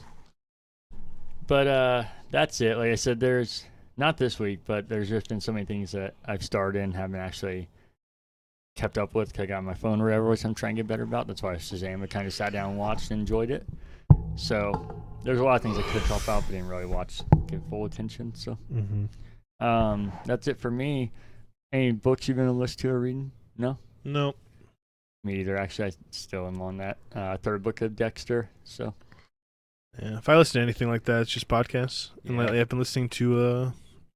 Speaker 1: But uh, that's it. Like I said, there's not this week, but there's just been so many things that I've started and haven't actually kept up with 'cause I got my phone or whatever, which I'm trying to get better about. That's why Shazam, I kind of sat down and watched and enjoyed it. So there's a lot of things I could help out, but didn't really watch, give full attention. So um, that's it for me. Any books you've been on the list to or reading?
Speaker 3: No.
Speaker 1: Me either. Actually, I still am on that uh, third book of Dexter. So
Speaker 3: Yeah. If I listen to anything like that, it's just podcasts. And
Speaker 1: Yeah.
Speaker 3: lately I've been listening to uh,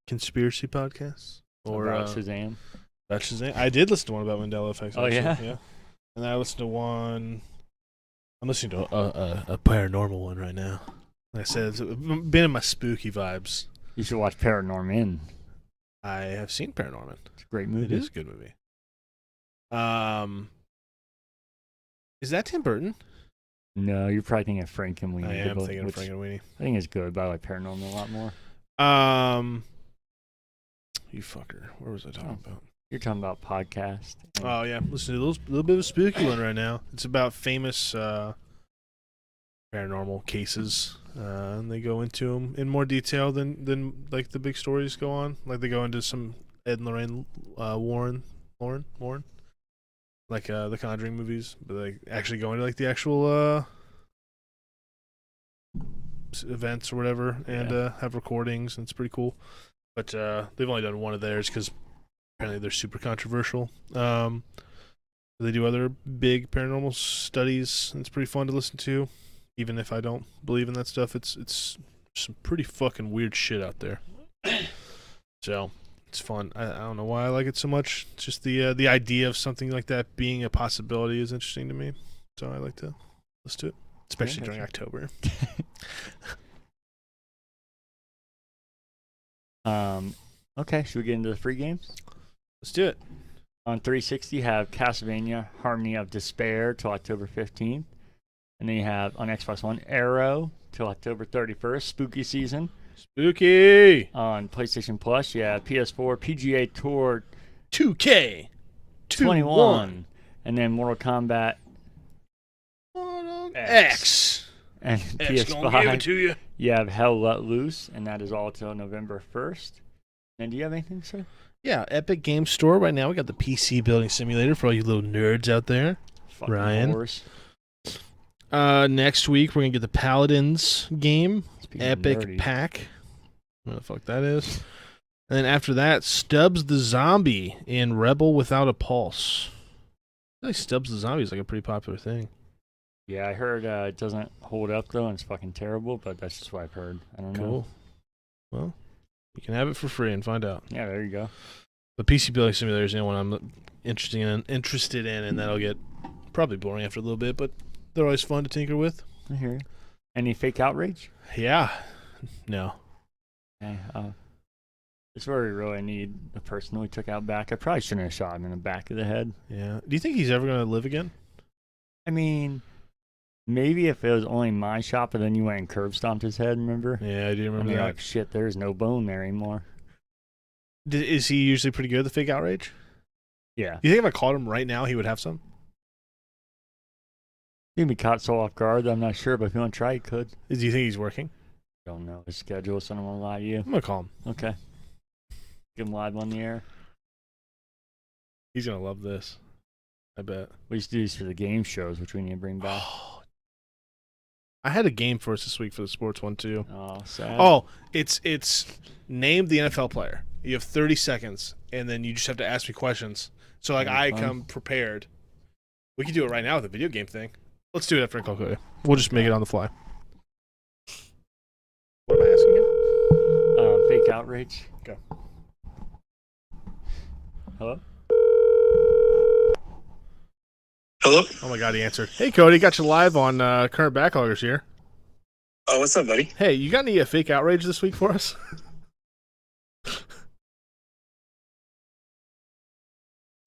Speaker 3: conspiracy podcasts. Or
Speaker 1: about
Speaker 3: uh,
Speaker 1: Shazam.
Speaker 3: about Shazam. I did listen to one about Mandela effects.
Speaker 1: Oh,
Speaker 3: actually,
Speaker 1: yeah?
Speaker 3: yeah. And then I listened to one. I'm listening to a, a, a paranormal one right now. Like I said, it's been in my spooky vibes.
Speaker 1: You should watch Paranorman.
Speaker 3: I have seen Paranorman.
Speaker 1: It's a great
Speaker 3: It
Speaker 1: movie.
Speaker 3: is a good movie. Um, is that Tim Burton?
Speaker 1: No, you're probably thinking of Frank and Weenie.
Speaker 3: I am
Speaker 1: which-
Speaker 3: thinking of Frank and Weenie.
Speaker 1: I think it's good, but I like Paranormal a lot more.
Speaker 3: Um, you fucker. Where was I
Speaker 1: Oh.
Speaker 3: talking about?
Speaker 1: You're talking about podcast. and-
Speaker 3: Oh yeah, listen to a little, little bit of a spooky one right now. It's about famous uh, paranormal cases, uh, and they go into them in more detail than than like the big stories go on. Like they go into some Ed and Lorraine uh, Warren, Lauren, Warren. like uh, the Conjuring movies, but like actually going to like the actual uh, s- events or whatever, and
Speaker 1: Yeah.
Speaker 3: uh, have recordings, and it's pretty cool. But uh, they've only done one of theirs because apparently they're super controversial. Um, they do other big paranormal studies. And it's pretty fun to listen to, even if I don't believe in that stuff. It's it's some pretty fucking weird shit out there. So it's fun. I, I don't know why I like it so much. It's just the uh, the idea of something like that being a possibility is interesting to me. So I like to listen to it, especially during October.
Speaker 1: Um, okay, should we get into the free games?
Speaker 3: Let's do it.
Speaker 1: On 360, you have Castlevania Harmony of Despair till October 15th. And then you have on Xbox One Arrow till October 31st, Spooky Season.
Speaker 3: Spooky
Speaker 1: On PlayStation Plus, you have PS4 PGA Tour
Speaker 3: 2K
Speaker 1: 21. And then Mortal Kombat
Speaker 3: X.
Speaker 1: and
Speaker 3: X gonna give it
Speaker 1: PS5.
Speaker 3: to you.
Speaker 1: You have Hell Let Loose, and that is all till November 1st. And do you have anything, sir?
Speaker 3: Yeah, Epic Game Store. Right now, we got the PC building simulator for all you little nerds out there.
Speaker 1: Fucking
Speaker 3: Ryan?
Speaker 1: horse.
Speaker 3: Uh, next week we're gonna get the Paladins game,
Speaker 1: Speaking of
Speaker 3: Epic
Speaker 1: nerdy.
Speaker 3: Pack. What the fuck that is? And then after that, Stubbs the Zombie in Rebel Without a Pulse. I feel like Stubbs the Zombie is like a pretty popular thing.
Speaker 1: Yeah, I heard uh, it doesn't hold up though, and it's fucking terrible. But that's just what I've heard. I don't know.
Speaker 3: Cool. Well, you can have it for free and find out.
Speaker 1: Yeah, there you go.
Speaker 3: But PC building simulator is the only one I'm interested in, interested in, and that'll get probably boring after a little bit, but they're always fun to tinker with.
Speaker 1: I hear you. Any fake outrage?
Speaker 3: Yeah. No.
Speaker 1: Okay. Uh, it's where we really need the person we took out back. I probably shouldn't have shot him in the back of the head.
Speaker 3: Yeah. Do you think he's ever gonna live again?
Speaker 1: I mean, maybe if it was only my shot, but then you went and curb stomped his head. Remember?
Speaker 3: Yeah, I do
Speaker 1: I
Speaker 3: remember
Speaker 1: mean,
Speaker 3: that.
Speaker 1: like shit. There's no bone there anymore.
Speaker 3: D- is he usually pretty good at the fake outrage?
Speaker 1: Yeah,
Speaker 3: You think if I called him right now, he would have some?
Speaker 1: he can be caught so off guard. that I'm not sure, but if you want to try, you could.
Speaker 3: Do you think he's working?
Speaker 1: Don't know his schedule, so I don't want to lie to you.
Speaker 3: I'm gonna call him.
Speaker 1: Okay. Give him live on the air.
Speaker 3: He's gonna love this. I bet.
Speaker 1: We used to do these for the game shows, which we need to bring back.
Speaker 3: I had a game for us this week for the sports one too.
Speaker 1: Oh, sad.
Speaker 3: Oh, it's it's name the NFL player. You have 30 seconds, and then you just have to ask me questions. So like
Speaker 1: That'd
Speaker 3: I
Speaker 1: be fun.
Speaker 3: come prepared. We could do it right now with the video game thing. Let's do it after I call Cody. We'll just make it on the fly. What am I asking? Again?
Speaker 1: Uh, fake outrage.
Speaker 3: Okay.
Speaker 1: Hello?
Speaker 6: Hello.
Speaker 3: Oh my God, he answered. Hey Cody, got you live on uh, current backloggers here.
Speaker 6: Oh, what's up, buddy?
Speaker 3: Hey, you got any uh, fake outrage this week for us?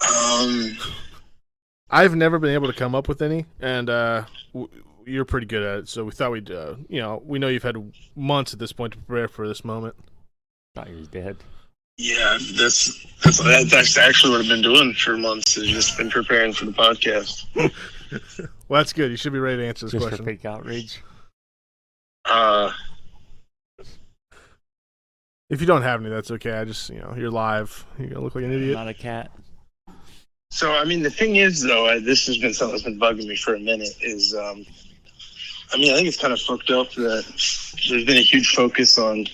Speaker 6: Um,
Speaker 3: I've never been able to come up with any, and uh, w- you're pretty good at it. So we thought we'd, uh, you know, we know you've had months at this point to prepare for this moment.
Speaker 1: Thought he was dead.
Speaker 6: yeah, that's that's that's actually what I've been doing for months. Is just been preparing for the podcast.
Speaker 3: Well, that's good. You should be ready to answer this
Speaker 1: Just for
Speaker 3: question.
Speaker 1: fake outrage.
Speaker 6: Uh,
Speaker 3: If you don't have any, that's okay. I just, you know, you're live. You're gonna look like an idiot.
Speaker 1: Not a cat.
Speaker 6: so I mean, the thing is, though, I, this has been something that's been bugging me for a minute. Is um, I mean, I think it's kind of fucked up that there's been a huge focus on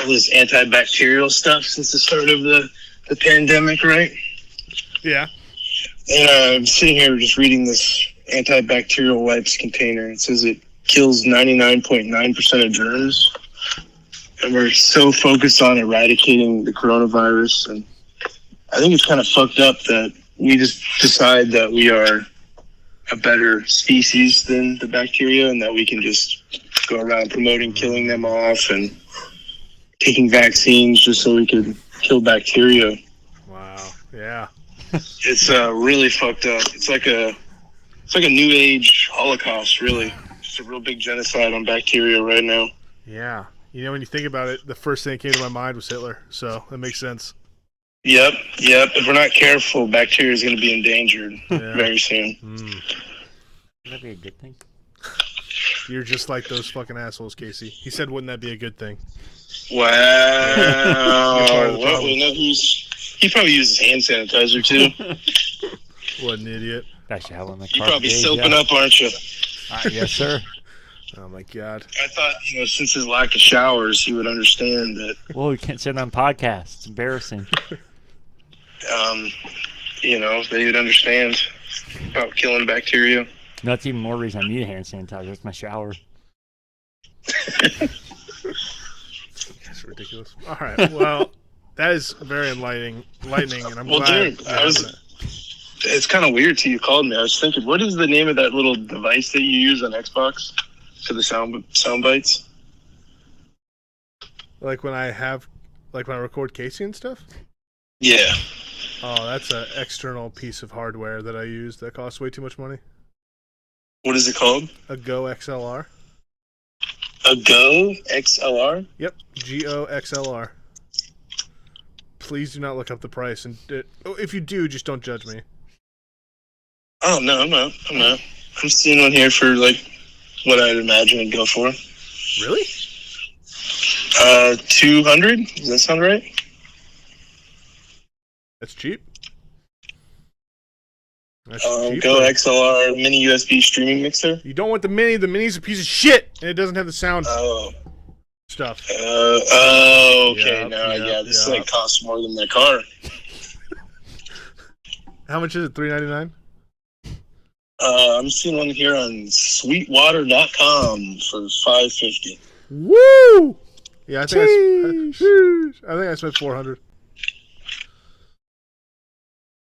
Speaker 6: all this antibacterial stuff since the start of the the pandemic, right?
Speaker 3: Yeah.
Speaker 6: And uh, I'm sitting here just reading this antibacterial wipes container. It says it kills 99.9% of germs. And we're so focused on eradicating the coronavirus. And I think it's kind of fucked up that we just decide that we are a better species than the bacteria and that we can just go around promoting killing them off and taking vaccines just so we could kill bacteria
Speaker 3: Wow. Yeah.
Speaker 6: it's uh, really fucked up. It's like a it's like a new age Holocaust, really. It's a real big genocide on bacteria right now.
Speaker 3: Yeah. You know, when you think about it, the first thing that came to my mind was Hitler. So that makes sense.
Speaker 6: Yep, yep. If we're not careful, bacteria is going to be endangered
Speaker 3: Yeah.
Speaker 6: very soon.
Speaker 3: Mm.
Speaker 1: Would that be a good thing?
Speaker 3: You're just like those fucking assholes, Casey. He said, "Wouldn't that be a good thing?"
Speaker 6: Wow.
Speaker 3: part of the
Speaker 6: well,
Speaker 3: problem.
Speaker 6: we know who's. He probably uses hand sanitizer too.
Speaker 3: What an idiot.
Speaker 1: That should have one.
Speaker 6: You're probably soaping up, aren't you?
Speaker 1: Uh, yes, sir.
Speaker 3: Oh my god.
Speaker 6: I thought, you know, since his lack of showers, he would understand that.
Speaker 1: Well, we can't send on podcasts. It's embarrassing.
Speaker 6: Um, you know, they would understand about killing bacteria.
Speaker 1: That's even more reason I need a hand sanitizer. It's my shower.
Speaker 3: That's ridiculous. All right. Well, that is very enlightening. Lightning, and I'm
Speaker 6: Well,
Speaker 3: glad.
Speaker 6: dude, I was- It's kind of weird too. You called me. I was thinking, what is the name of that little device that you use on Xbox for the sound sound bites?
Speaker 3: like when I have, like when I record Casey and stuff.
Speaker 6: Yeah,
Speaker 3: Oh, that's an external piece of hardware that I use that costs way too much money.
Speaker 6: what is it called?
Speaker 3: A Go XLR.
Speaker 6: A Go XLR.
Speaker 3: Yep, G O X L R. Please do not look up the price, and it, oh, if you do, just don't judge me.
Speaker 6: Oh no, I'm not. I'm not. I'm seeing one here for like what I'd imagine it'd go for.
Speaker 3: Really?
Speaker 6: Uh, two hundred. Does that sound right?
Speaker 3: That's cheap. That's
Speaker 6: Um,
Speaker 3: cheap,
Speaker 6: Go
Speaker 3: bro.
Speaker 6: XLR mini USB streaming mixer.
Speaker 3: You don't want the mini. The mini's a piece of shit, and it doesn't have the sound
Speaker 6: Oh,
Speaker 3: stuff.
Speaker 6: uh, oh, okay.
Speaker 3: Yep,
Speaker 6: now,
Speaker 3: yep,
Speaker 6: yeah, this
Speaker 3: yep.
Speaker 6: like costs more than my car.
Speaker 3: How much is it? Three ninety nine.
Speaker 6: Uh, I'm seeing one here on Sweetwater.com for five fifty.
Speaker 3: Woo! Yeah, I think I, sp- I think I spent four hundred.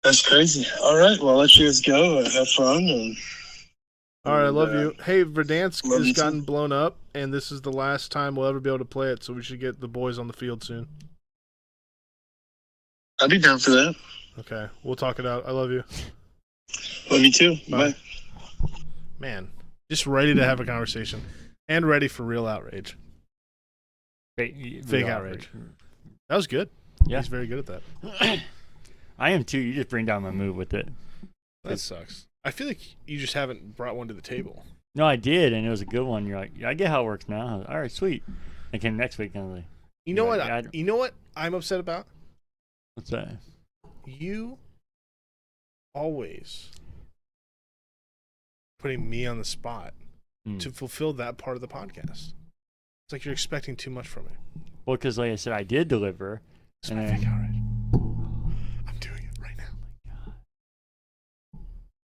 Speaker 6: That's crazy. All right, well, I'll let you guys go. and Have fun. And,
Speaker 3: All right, I love
Speaker 6: and, uh,
Speaker 3: you. Hey, Verdansk
Speaker 6: love
Speaker 3: has
Speaker 6: you too.
Speaker 3: gotten blown up, and this is the last time we'll ever be able to play it. So we should get the boys on the field soon.
Speaker 6: I'll be down for that.
Speaker 3: Okay, we'll talk it out. I love you,
Speaker 6: Love you too.
Speaker 3: Bye.
Speaker 6: Bye.
Speaker 3: man. Just ready to have a conversation, and ready for real outrage.
Speaker 1: Fake,
Speaker 3: Fake outrage. That was good.
Speaker 1: Yeah.
Speaker 3: he's very good at that.
Speaker 1: I am too. You just bring down my mood with it.
Speaker 5: That sucks. I feel like you just haven't brought one to the table.
Speaker 1: No, I did, and it was a good one. You're like, yeah, I get how it works now. All right, sweet. I came next week, and I was like,
Speaker 3: You know
Speaker 1: Yeah,
Speaker 3: what?
Speaker 1: yeah, I
Speaker 3: I,
Speaker 1: don't-
Speaker 3: you know what? I'm upset about
Speaker 1: what's that?
Speaker 3: you. Always putting me on the spot
Speaker 1: Mm.
Speaker 3: to fulfill that part of the podcast. It's like you're expecting too much from me.
Speaker 1: Well, because like I said, I did deliver.
Speaker 3: It's
Speaker 1: And
Speaker 3: my
Speaker 1: then-
Speaker 3: fake outrage. I'm doing it right now.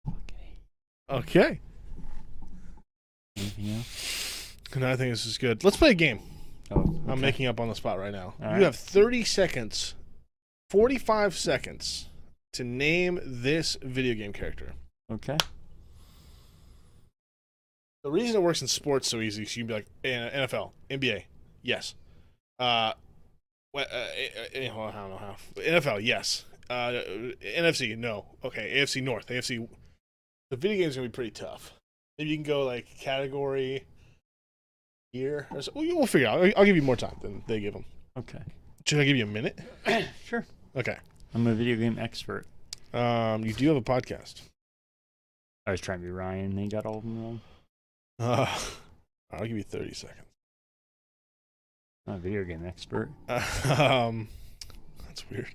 Speaker 1: Okay.
Speaker 3: Okay.
Speaker 1: Anything else?
Speaker 3: And I think this is good. Let's play a game.
Speaker 1: Oh,
Speaker 3: I'm
Speaker 1: okay.
Speaker 3: making up on the spot right now.
Speaker 1: All
Speaker 3: you
Speaker 1: right.
Speaker 3: have 30 seconds, 45 seconds to name this video game character.
Speaker 1: Okay.
Speaker 5: The reason it works in sports so easy is you can be like "Eh, NFL, NBA, yes. Uh, wha- uh, eh, eh, eh, hold on, I don't know how. NFL, yes. Uh, NFC, no. Okay, AFC North, AFC. The video game's gonna be pretty tough. Maybe you can go like category, year. Or so. we'll, we'll figure it out. I'll, I'll give you more time than they give them.
Speaker 1: Okay.
Speaker 5: Should I give you a minute?
Speaker 1: sure.
Speaker 5: Okay.
Speaker 1: I'm a video game expert.
Speaker 5: Um, you do have a podcast.
Speaker 1: I was trying to be Ryan. They got all of them wrong.
Speaker 5: Uh, I'll give you thirty seconds.
Speaker 1: I'm a video game expert.
Speaker 5: Um, that's weird.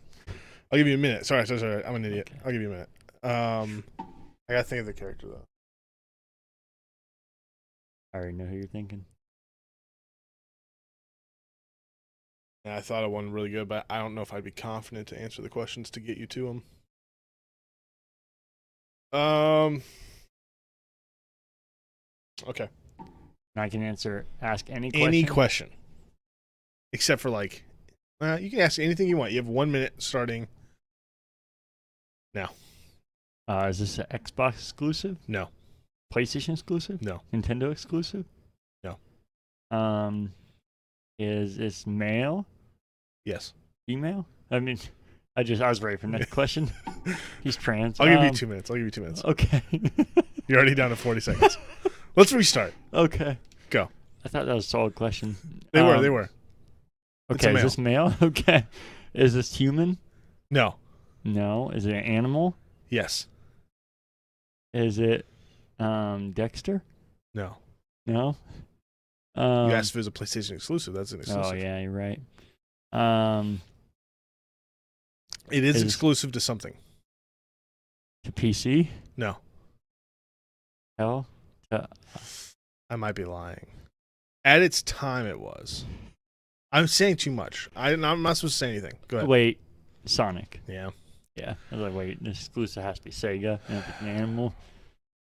Speaker 5: I'll give you a minute. Sorry, sorry, sorry. I'm an idiot.
Speaker 1: Okay.
Speaker 5: I'll give you a minute. Um, I gotta think of the character though.
Speaker 1: I already know who you're thinking.
Speaker 5: And I thought of one really good, but I don't know if I'd be confident to answer the questions to get you to them. Um. Okay.
Speaker 1: And I can answer, ask any question.
Speaker 5: Any question, except for like, uh, you can ask anything you want. You have one minute starting.
Speaker 1: uh, is this an Xbox exclusive?
Speaker 5: No.
Speaker 1: PlayStation exclusive?
Speaker 5: No.
Speaker 1: Nintendo exclusive?
Speaker 5: No.
Speaker 1: Um, is this male?
Speaker 5: Yes.
Speaker 1: Female? I mean, I just I was ready for next question. He's trans.
Speaker 5: I'll give you
Speaker 1: Um,
Speaker 5: two minutes. I'll give you two minutes.
Speaker 1: Okay.
Speaker 5: You're already down to 40 seconds. Let's restart.
Speaker 1: okay.
Speaker 5: Go.
Speaker 1: I thought that was a solid question.
Speaker 5: They were.
Speaker 1: Um,
Speaker 5: They were. It's a
Speaker 1: Okay. Is this male? Okay. Is this human?
Speaker 5: No.
Speaker 1: No. Is it an animal?
Speaker 5: Yes.
Speaker 1: Is it um Dexter?
Speaker 5: No.
Speaker 1: No. Um,
Speaker 5: you asked if it was a PlayStation exclusive. That's an exclusive.
Speaker 1: Oh yeah, you're right. Um,
Speaker 5: It is
Speaker 1: It is-
Speaker 5: exclusive to something.
Speaker 1: to PC?
Speaker 3: No.
Speaker 1: Hell,
Speaker 3: I might be lying. At its time, it was. I'm saying too much. I, I'm not supposed to say anything. Go ahead.
Speaker 1: wait, Sonic.
Speaker 3: Yeah.
Speaker 1: Yeah, I was like, wait, this exclusive has to be Sega. And if it's an animal,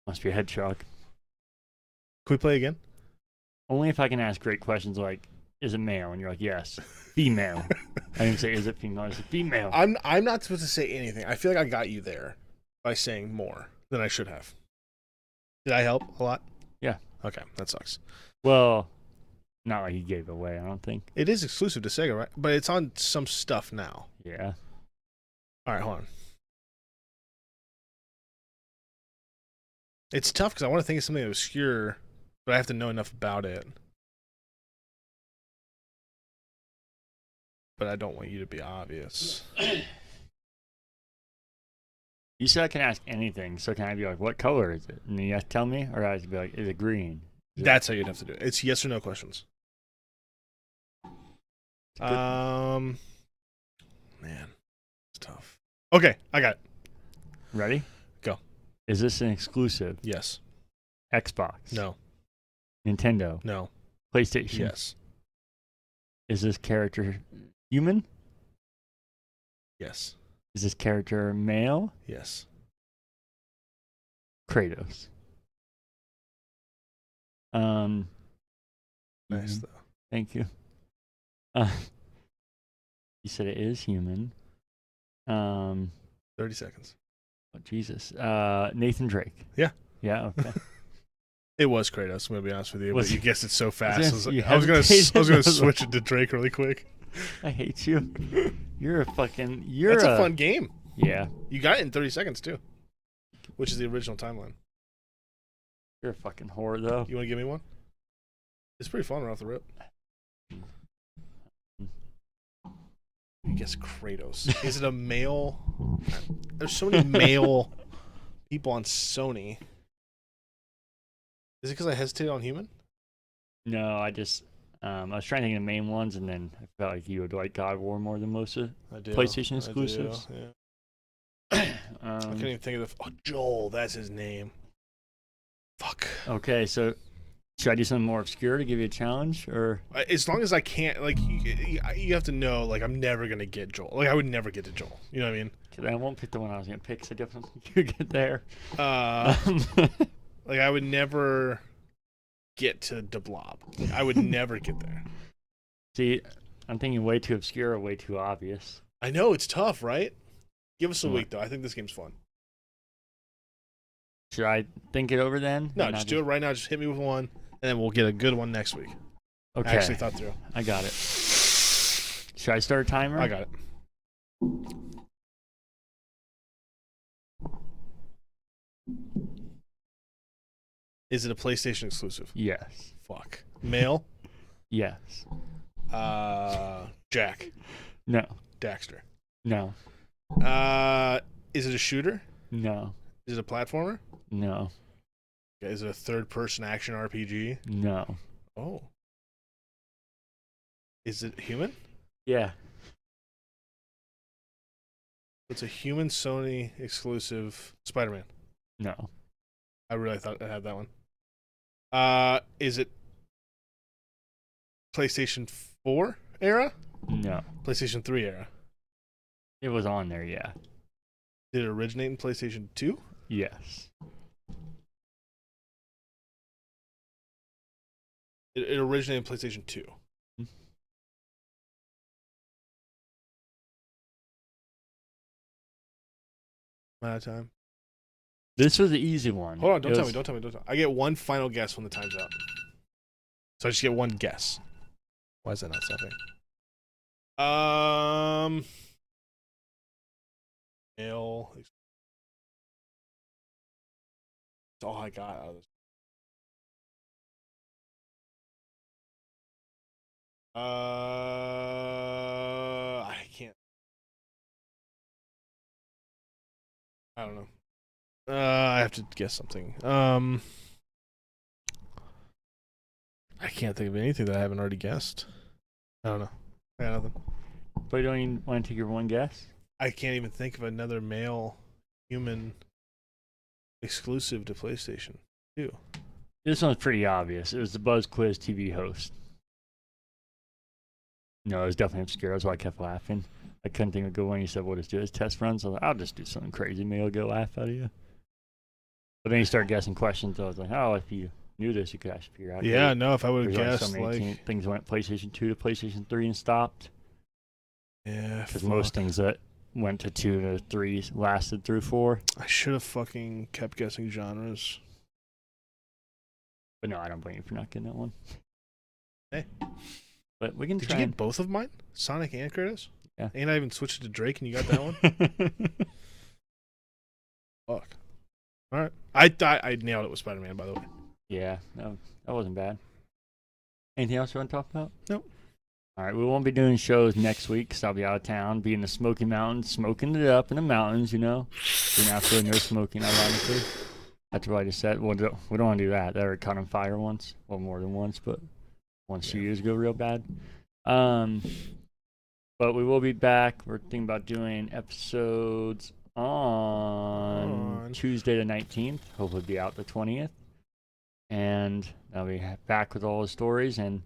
Speaker 1: must be a hedgehog.
Speaker 3: Can we play again?
Speaker 1: Only if I can ask great questions like, is it male? And you're like, yes, female. I didn't say, is it female? I said, female.
Speaker 3: I'm I'm not supposed to say anything. I feel like I got you there by saying more than I should have. Did I help a lot?
Speaker 1: Yeah.
Speaker 3: Okay, that sucks.
Speaker 1: Well, not like he gave it away, I don't think.
Speaker 3: It is exclusive to Sega, right? But it's on some stuff now.
Speaker 1: Yeah.
Speaker 3: All right, hold on. It's tough because I want to think of something obscure, but I have to know enough about it. But I don't want you to be obvious.
Speaker 1: You said I can ask anything, so can I be like, what color is it? And you have to tell me, or I have to be like, is it green? Yeah.
Speaker 3: That's how you'd have to do it. It's yes or no questions.
Speaker 1: It's a good-
Speaker 3: Um, man, it's tough. Okay, I got it.
Speaker 1: Ready?
Speaker 3: go.
Speaker 1: Is this an exclusive?
Speaker 3: Yes.
Speaker 1: Xbox?
Speaker 3: No.
Speaker 1: Nintendo?
Speaker 3: No.
Speaker 1: PlayStation?
Speaker 3: Yes.
Speaker 1: Is this character human?
Speaker 3: Yes.
Speaker 1: Is this character male?
Speaker 3: Yes.
Speaker 1: Kratos. Um,
Speaker 3: Nice
Speaker 1: mhm,
Speaker 3: though.
Speaker 1: Thank you. Uh, you said it is human. Um,
Speaker 3: Thirty seconds.
Speaker 1: oh, Jesus. Uh, Nathan Drake.
Speaker 3: Yeah.
Speaker 1: Yeah. Okay.
Speaker 3: It was Kratos. I'm gonna be honest with you,
Speaker 1: Was
Speaker 3: but you
Speaker 1: it-
Speaker 3: guessed it so fast. I was,
Speaker 1: you
Speaker 3: I was gonna, s- I was gonna
Speaker 1: hesitated.
Speaker 3: switch it to Drake really quick.
Speaker 1: I hate you. You're a fucking. You're
Speaker 3: That's a fun game.
Speaker 1: Yeah.
Speaker 3: You got it in 30 seconds too, which is the original timeline.
Speaker 1: You're a fucking whore, though.
Speaker 3: You want to give me one? It's pretty fun right off the rip. I guess Kratos. Is it a male? There's so many male people on Sony. Is it because I hesitated on human?
Speaker 1: No, I just. Um, I was trying to think of the main ones, and then I felt like you would like God of War more than most of.
Speaker 3: I do.
Speaker 1: PlayStation
Speaker 3: I do,
Speaker 1: exclusives?
Speaker 3: yeah. I couldn't
Speaker 1: Um,
Speaker 3: even think of the. Oh, Joel, that's his name. Fuck.
Speaker 1: okay, so should I do something more obscure to give you a challenge, or
Speaker 3: I- as long as I can't, like, you, you- you have to know, like, I'm never gonna get Joel. Like, I would never get to Joel. You know what I mean?
Speaker 1: 'cause I won't pick the one I was gonna pick? Cause I definitely think you get there.
Speaker 3: Uh,
Speaker 1: Um,
Speaker 3: like, I would never get to the blob. I would never get there.
Speaker 1: see, I'm thinking way too obscure, or way too obvious.
Speaker 3: I know it's tough, right? Give us a
Speaker 1: Come
Speaker 3: week though. I think this game's fun.
Speaker 1: Should I think it over then?
Speaker 3: No,
Speaker 1: And I'll
Speaker 3: just do it right now. Just hit me with one, and then we'll get a good one next week.
Speaker 1: Okay,
Speaker 3: I actually thought through.
Speaker 1: I got it. Should I start a timer?
Speaker 3: I got it. Is it a PlayStation exclusive?
Speaker 1: Yes.
Speaker 3: Fuck. Male?
Speaker 1: Yes.
Speaker 3: Uh, Jack.
Speaker 1: No.
Speaker 3: Daxter.
Speaker 1: No.
Speaker 3: Uh, is it a shooter?
Speaker 1: No.
Speaker 3: Is it a platformer?
Speaker 1: No.
Speaker 3: Is it a third person action RPG?
Speaker 1: No.
Speaker 3: Oh. Is it human?
Speaker 1: Yeah.
Speaker 3: It's a human Sony exclusive Spider Man.
Speaker 1: No.
Speaker 3: I really thought I had that one. Uh, is it PlayStation 4 era?
Speaker 1: No.
Speaker 3: PlayStation 3 era.
Speaker 1: It was on there. Yeah.
Speaker 3: Did it originate in PlayStation 2?
Speaker 1: Yes.
Speaker 3: It, it originated in PlayStation 2.
Speaker 1: Mhm.
Speaker 3: Am I out of time.
Speaker 1: This was the easy one.
Speaker 3: Hold on, don't
Speaker 1: It
Speaker 3: tell
Speaker 1: was-
Speaker 3: me, don't tell me, don't tell me. I get one final guess when the time's up. So I just get one guess. Why is that not stopping? Um Male. That's all I got out of this. Uh I can't. I don't know. Uh, I have to guess something. Um, I can't think of anything that I haven't already guessed. I don't know. I got nothing.
Speaker 1: But you don't even want to take your one guess?
Speaker 3: I can't even think of another male human exclusive to PlayStation.
Speaker 1: This one's pretty obvious. It was the Buzz Quiz TV host. No, it was definitely obscure. That's why I kept laughing. I couldn't think of a good one. He said, "We'll just do his test runs." I was like, "I'll just do something crazy. Maybe I'll get a laugh out of you." But then you start guessing questions. I was like, "Oh, if you knew this, you could actually figure out."
Speaker 3: Yeah, no, if I would have
Speaker 1: There's only
Speaker 3: guessed,
Speaker 1: so many
Speaker 3: like,
Speaker 1: t- things went PlayStation Two to PlayStation Three and stopped
Speaker 3: yeah,
Speaker 1: because
Speaker 3: fuck.
Speaker 1: most things that went to two to three lasted through four.
Speaker 3: I should have fucking kept guessing genres.
Speaker 1: But no, I don't blame you for not getting that one.
Speaker 3: Hey.
Speaker 1: But we can
Speaker 3: Did
Speaker 1: try.
Speaker 3: you
Speaker 1: and-
Speaker 3: get both of mine? Sonic and Curtis?
Speaker 1: Yeah.
Speaker 3: And I even switched it to Drake and you got that one? Fuck. All right. I, I, I nailed it with Spider Man, by the way.
Speaker 1: Yeah, no, that wasn't bad. Anything else you want to talk about?
Speaker 3: Nope.
Speaker 1: All right, we won't be doing shows next week because I'll be out of town, be in the Smoky Mountains, smoking it up in the mountains, you know. We're not really no smoking, ironically. That's what I just said. Well, don't- we don't want to do that. They were caught on fire once, well, more than once, but once a few years ago, real bad. Um, but we will be back. We're thinking about doing episodes on,
Speaker 3: On.
Speaker 1: Tuesday the 19th. Hopefully, be out the 20th. And I'll be ha- back with all the stories, and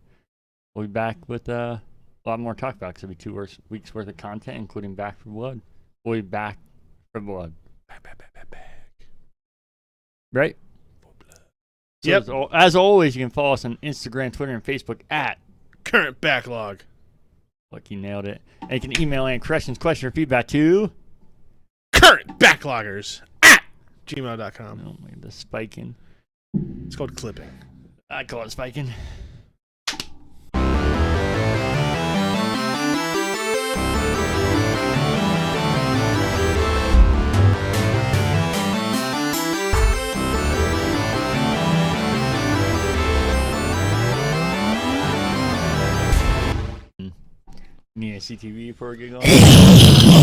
Speaker 1: we'll be back with uh, a lot more to talk about 'cause it'll be two wors- weeks worth of content, including Back for Blood. We'll be back for blood,
Speaker 4: Back, back, back, back, back.
Speaker 1: right?
Speaker 4: For blood.
Speaker 1: So
Speaker 3: Yep.
Speaker 1: As, al- as always, you can follow us on Instagram, Twitter, and Facebook at
Speaker 3: Current backlog.
Speaker 1: Look, you nailed it. And you can email in corrections, question, or feedback to.
Speaker 3: Current backloggers at gmail.com.
Speaker 1: Oh, man, the spiking.
Speaker 3: It's called clipping.
Speaker 1: I call it spiking. Need a CTV for a gig on?